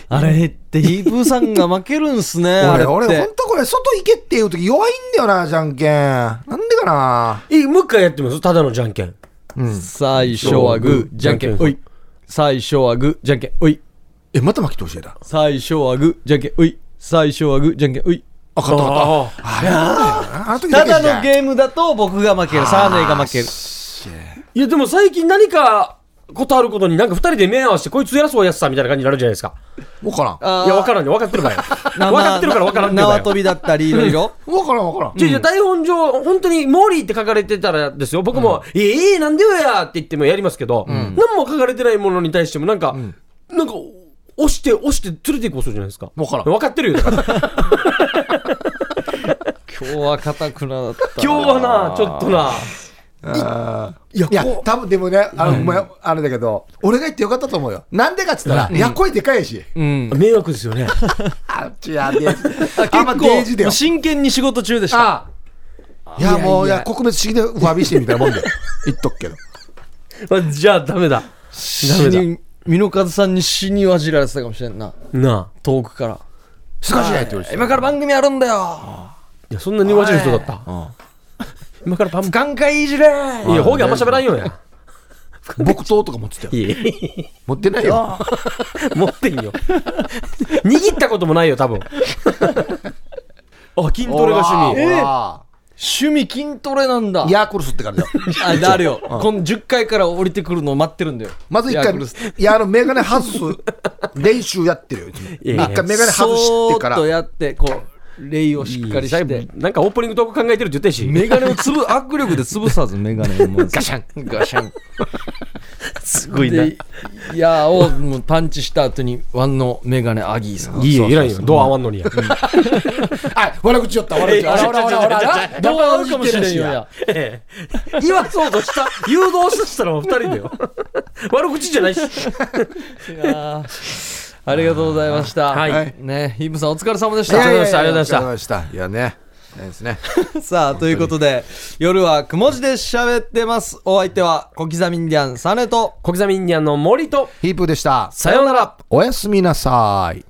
Speaker 1: あれってヒープーさんが負けるんす ねあれっ
Speaker 3: 俺、俺、ほ
Speaker 1: て
Speaker 3: んとこれ、外行けっていう時弱いんだよな、じゃんけん。なんでかな。
Speaker 2: え、もう一回やってみますただのじゃんけん。
Speaker 1: 最初はグーじゃんけんおい最初はグーじゃんけんおい
Speaker 3: え、また巻き通しやだ。
Speaker 1: 最初はグーじゃんけんおい最初はグーじゃんけんおい
Speaker 3: あ、勝った勝っ
Speaker 2: ああ。
Speaker 3: た。あの時
Speaker 1: た
Speaker 3: だけじゃ
Speaker 1: だ
Speaker 3: ん
Speaker 1: のゲームだと僕が負けるサーネイが負ける
Speaker 2: いや、でも最近何か、ことあることになんか二人で目合わせて、こいつ偉そうやつさみたいな感じになるじゃないですか。
Speaker 3: わからん。
Speaker 1: あー
Speaker 2: いや、わからんね。分か ってるからよ。
Speaker 1: な
Speaker 2: 分かってるから分からんね。
Speaker 1: な縄跳びだったりいろいろ
Speaker 3: わからんわからん。
Speaker 2: じゃじゃ台本上、本当にモーリーって書かれてたらですよ、僕も、ええなんでよやって言ってもやりますけど、何も書かれてないものに対しても、なんか、なんか、押して、押して、連れていこうするじゃないですか。
Speaker 3: わから ん
Speaker 2: 分かってるよ、だから。
Speaker 1: 今日は硬くなだった
Speaker 2: 今日はな、ちょっとな。
Speaker 3: いや、多分でもね、あの、お前あれだけど、俺が言ってよかったと思うよ。なんでかっつったら、いや、声でかいし。
Speaker 1: うん
Speaker 2: 迷惑ですよ ね。
Speaker 3: あっちやで。 あ
Speaker 1: 結
Speaker 3: んまデージだよ
Speaker 1: 構。真剣に仕事中でした
Speaker 3: ああいやもういや国別主義で詫びしてみたいなもんで言っとくけど
Speaker 2: まじゃあ、ダメだ。
Speaker 1: 死に美濃和さんに死にわじられてたかもしれんな
Speaker 2: なあ。
Speaker 1: 遠くから
Speaker 3: 少しないって言われてた
Speaker 1: 今から番組あるんだよ
Speaker 2: いや、そんなにわじる人だった。今からパン
Speaker 1: 眼界いじれ
Speaker 2: いや、方言あんま喋らんよ や。
Speaker 3: 木刀とか持ってたよ
Speaker 2: いや
Speaker 3: 持ってないよ
Speaker 2: 持ってん よ。握ったこともないよ、多 分。あ、筋トレが趣味。
Speaker 3: え
Speaker 1: 趣味筋トレなんだ
Speaker 3: ヤークルスってからだよ
Speaker 1: あであるよ、この10回から降りてくるのを待ってるんだよ
Speaker 3: まず一
Speaker 1: ヤ
Speaker 3: 回
Speaker 1: クルス
Speaker 3: いやあのメガネ外す練習やってるよいつも
Speaker 2: い
Speaker 3: 一
Speaker 2: やいや
Speaker 3: 回メガネ外してか
Speaker 1: そーっと
Speaker 3: ら
Speaker 1: やってこう礼をしっかりして
Speaker 2: なんかオープニングトーク考えてるって言ってし。
Speaker 1: メガネをつぶ握力で潰さずメガネをもう ガシャンガシャン
Speaker 2: すご
Speaker 1: でいやーをもうパンチした後にワンのメガネアギーさん
Speaker 2: いいよ、いらんよ。ドア合わんのにや。
Speaker 3: あ悪口言った悪口言ったあらあらあらあらあらあら
Speaker 1: どう合うかもしれんよや
Speaker 2: ええ言わそうとした、誘導したしたらもう二人だ よ。悪口じゃないし。
Speaker 1: いやーありがとうございました
Speaker 2: はい
Speaker 1: ねヒープさんお疲れ様でし
Speaker 3: い
Speaker 1: た
Speaker 3: やいやいや
Speaker 2: ありがとうござい
Speaker 3: ありがとうございましたいやねないですね
Speaker 1: さあということで夜はくも字で喋ってますお相手は小刻みインディアンサネと
Speaker 2: 小刻みインディアンの森と、
Speaker 3: ヒープーでした
Speaker 2: さようなら。
Speaker 3: おやすみなさい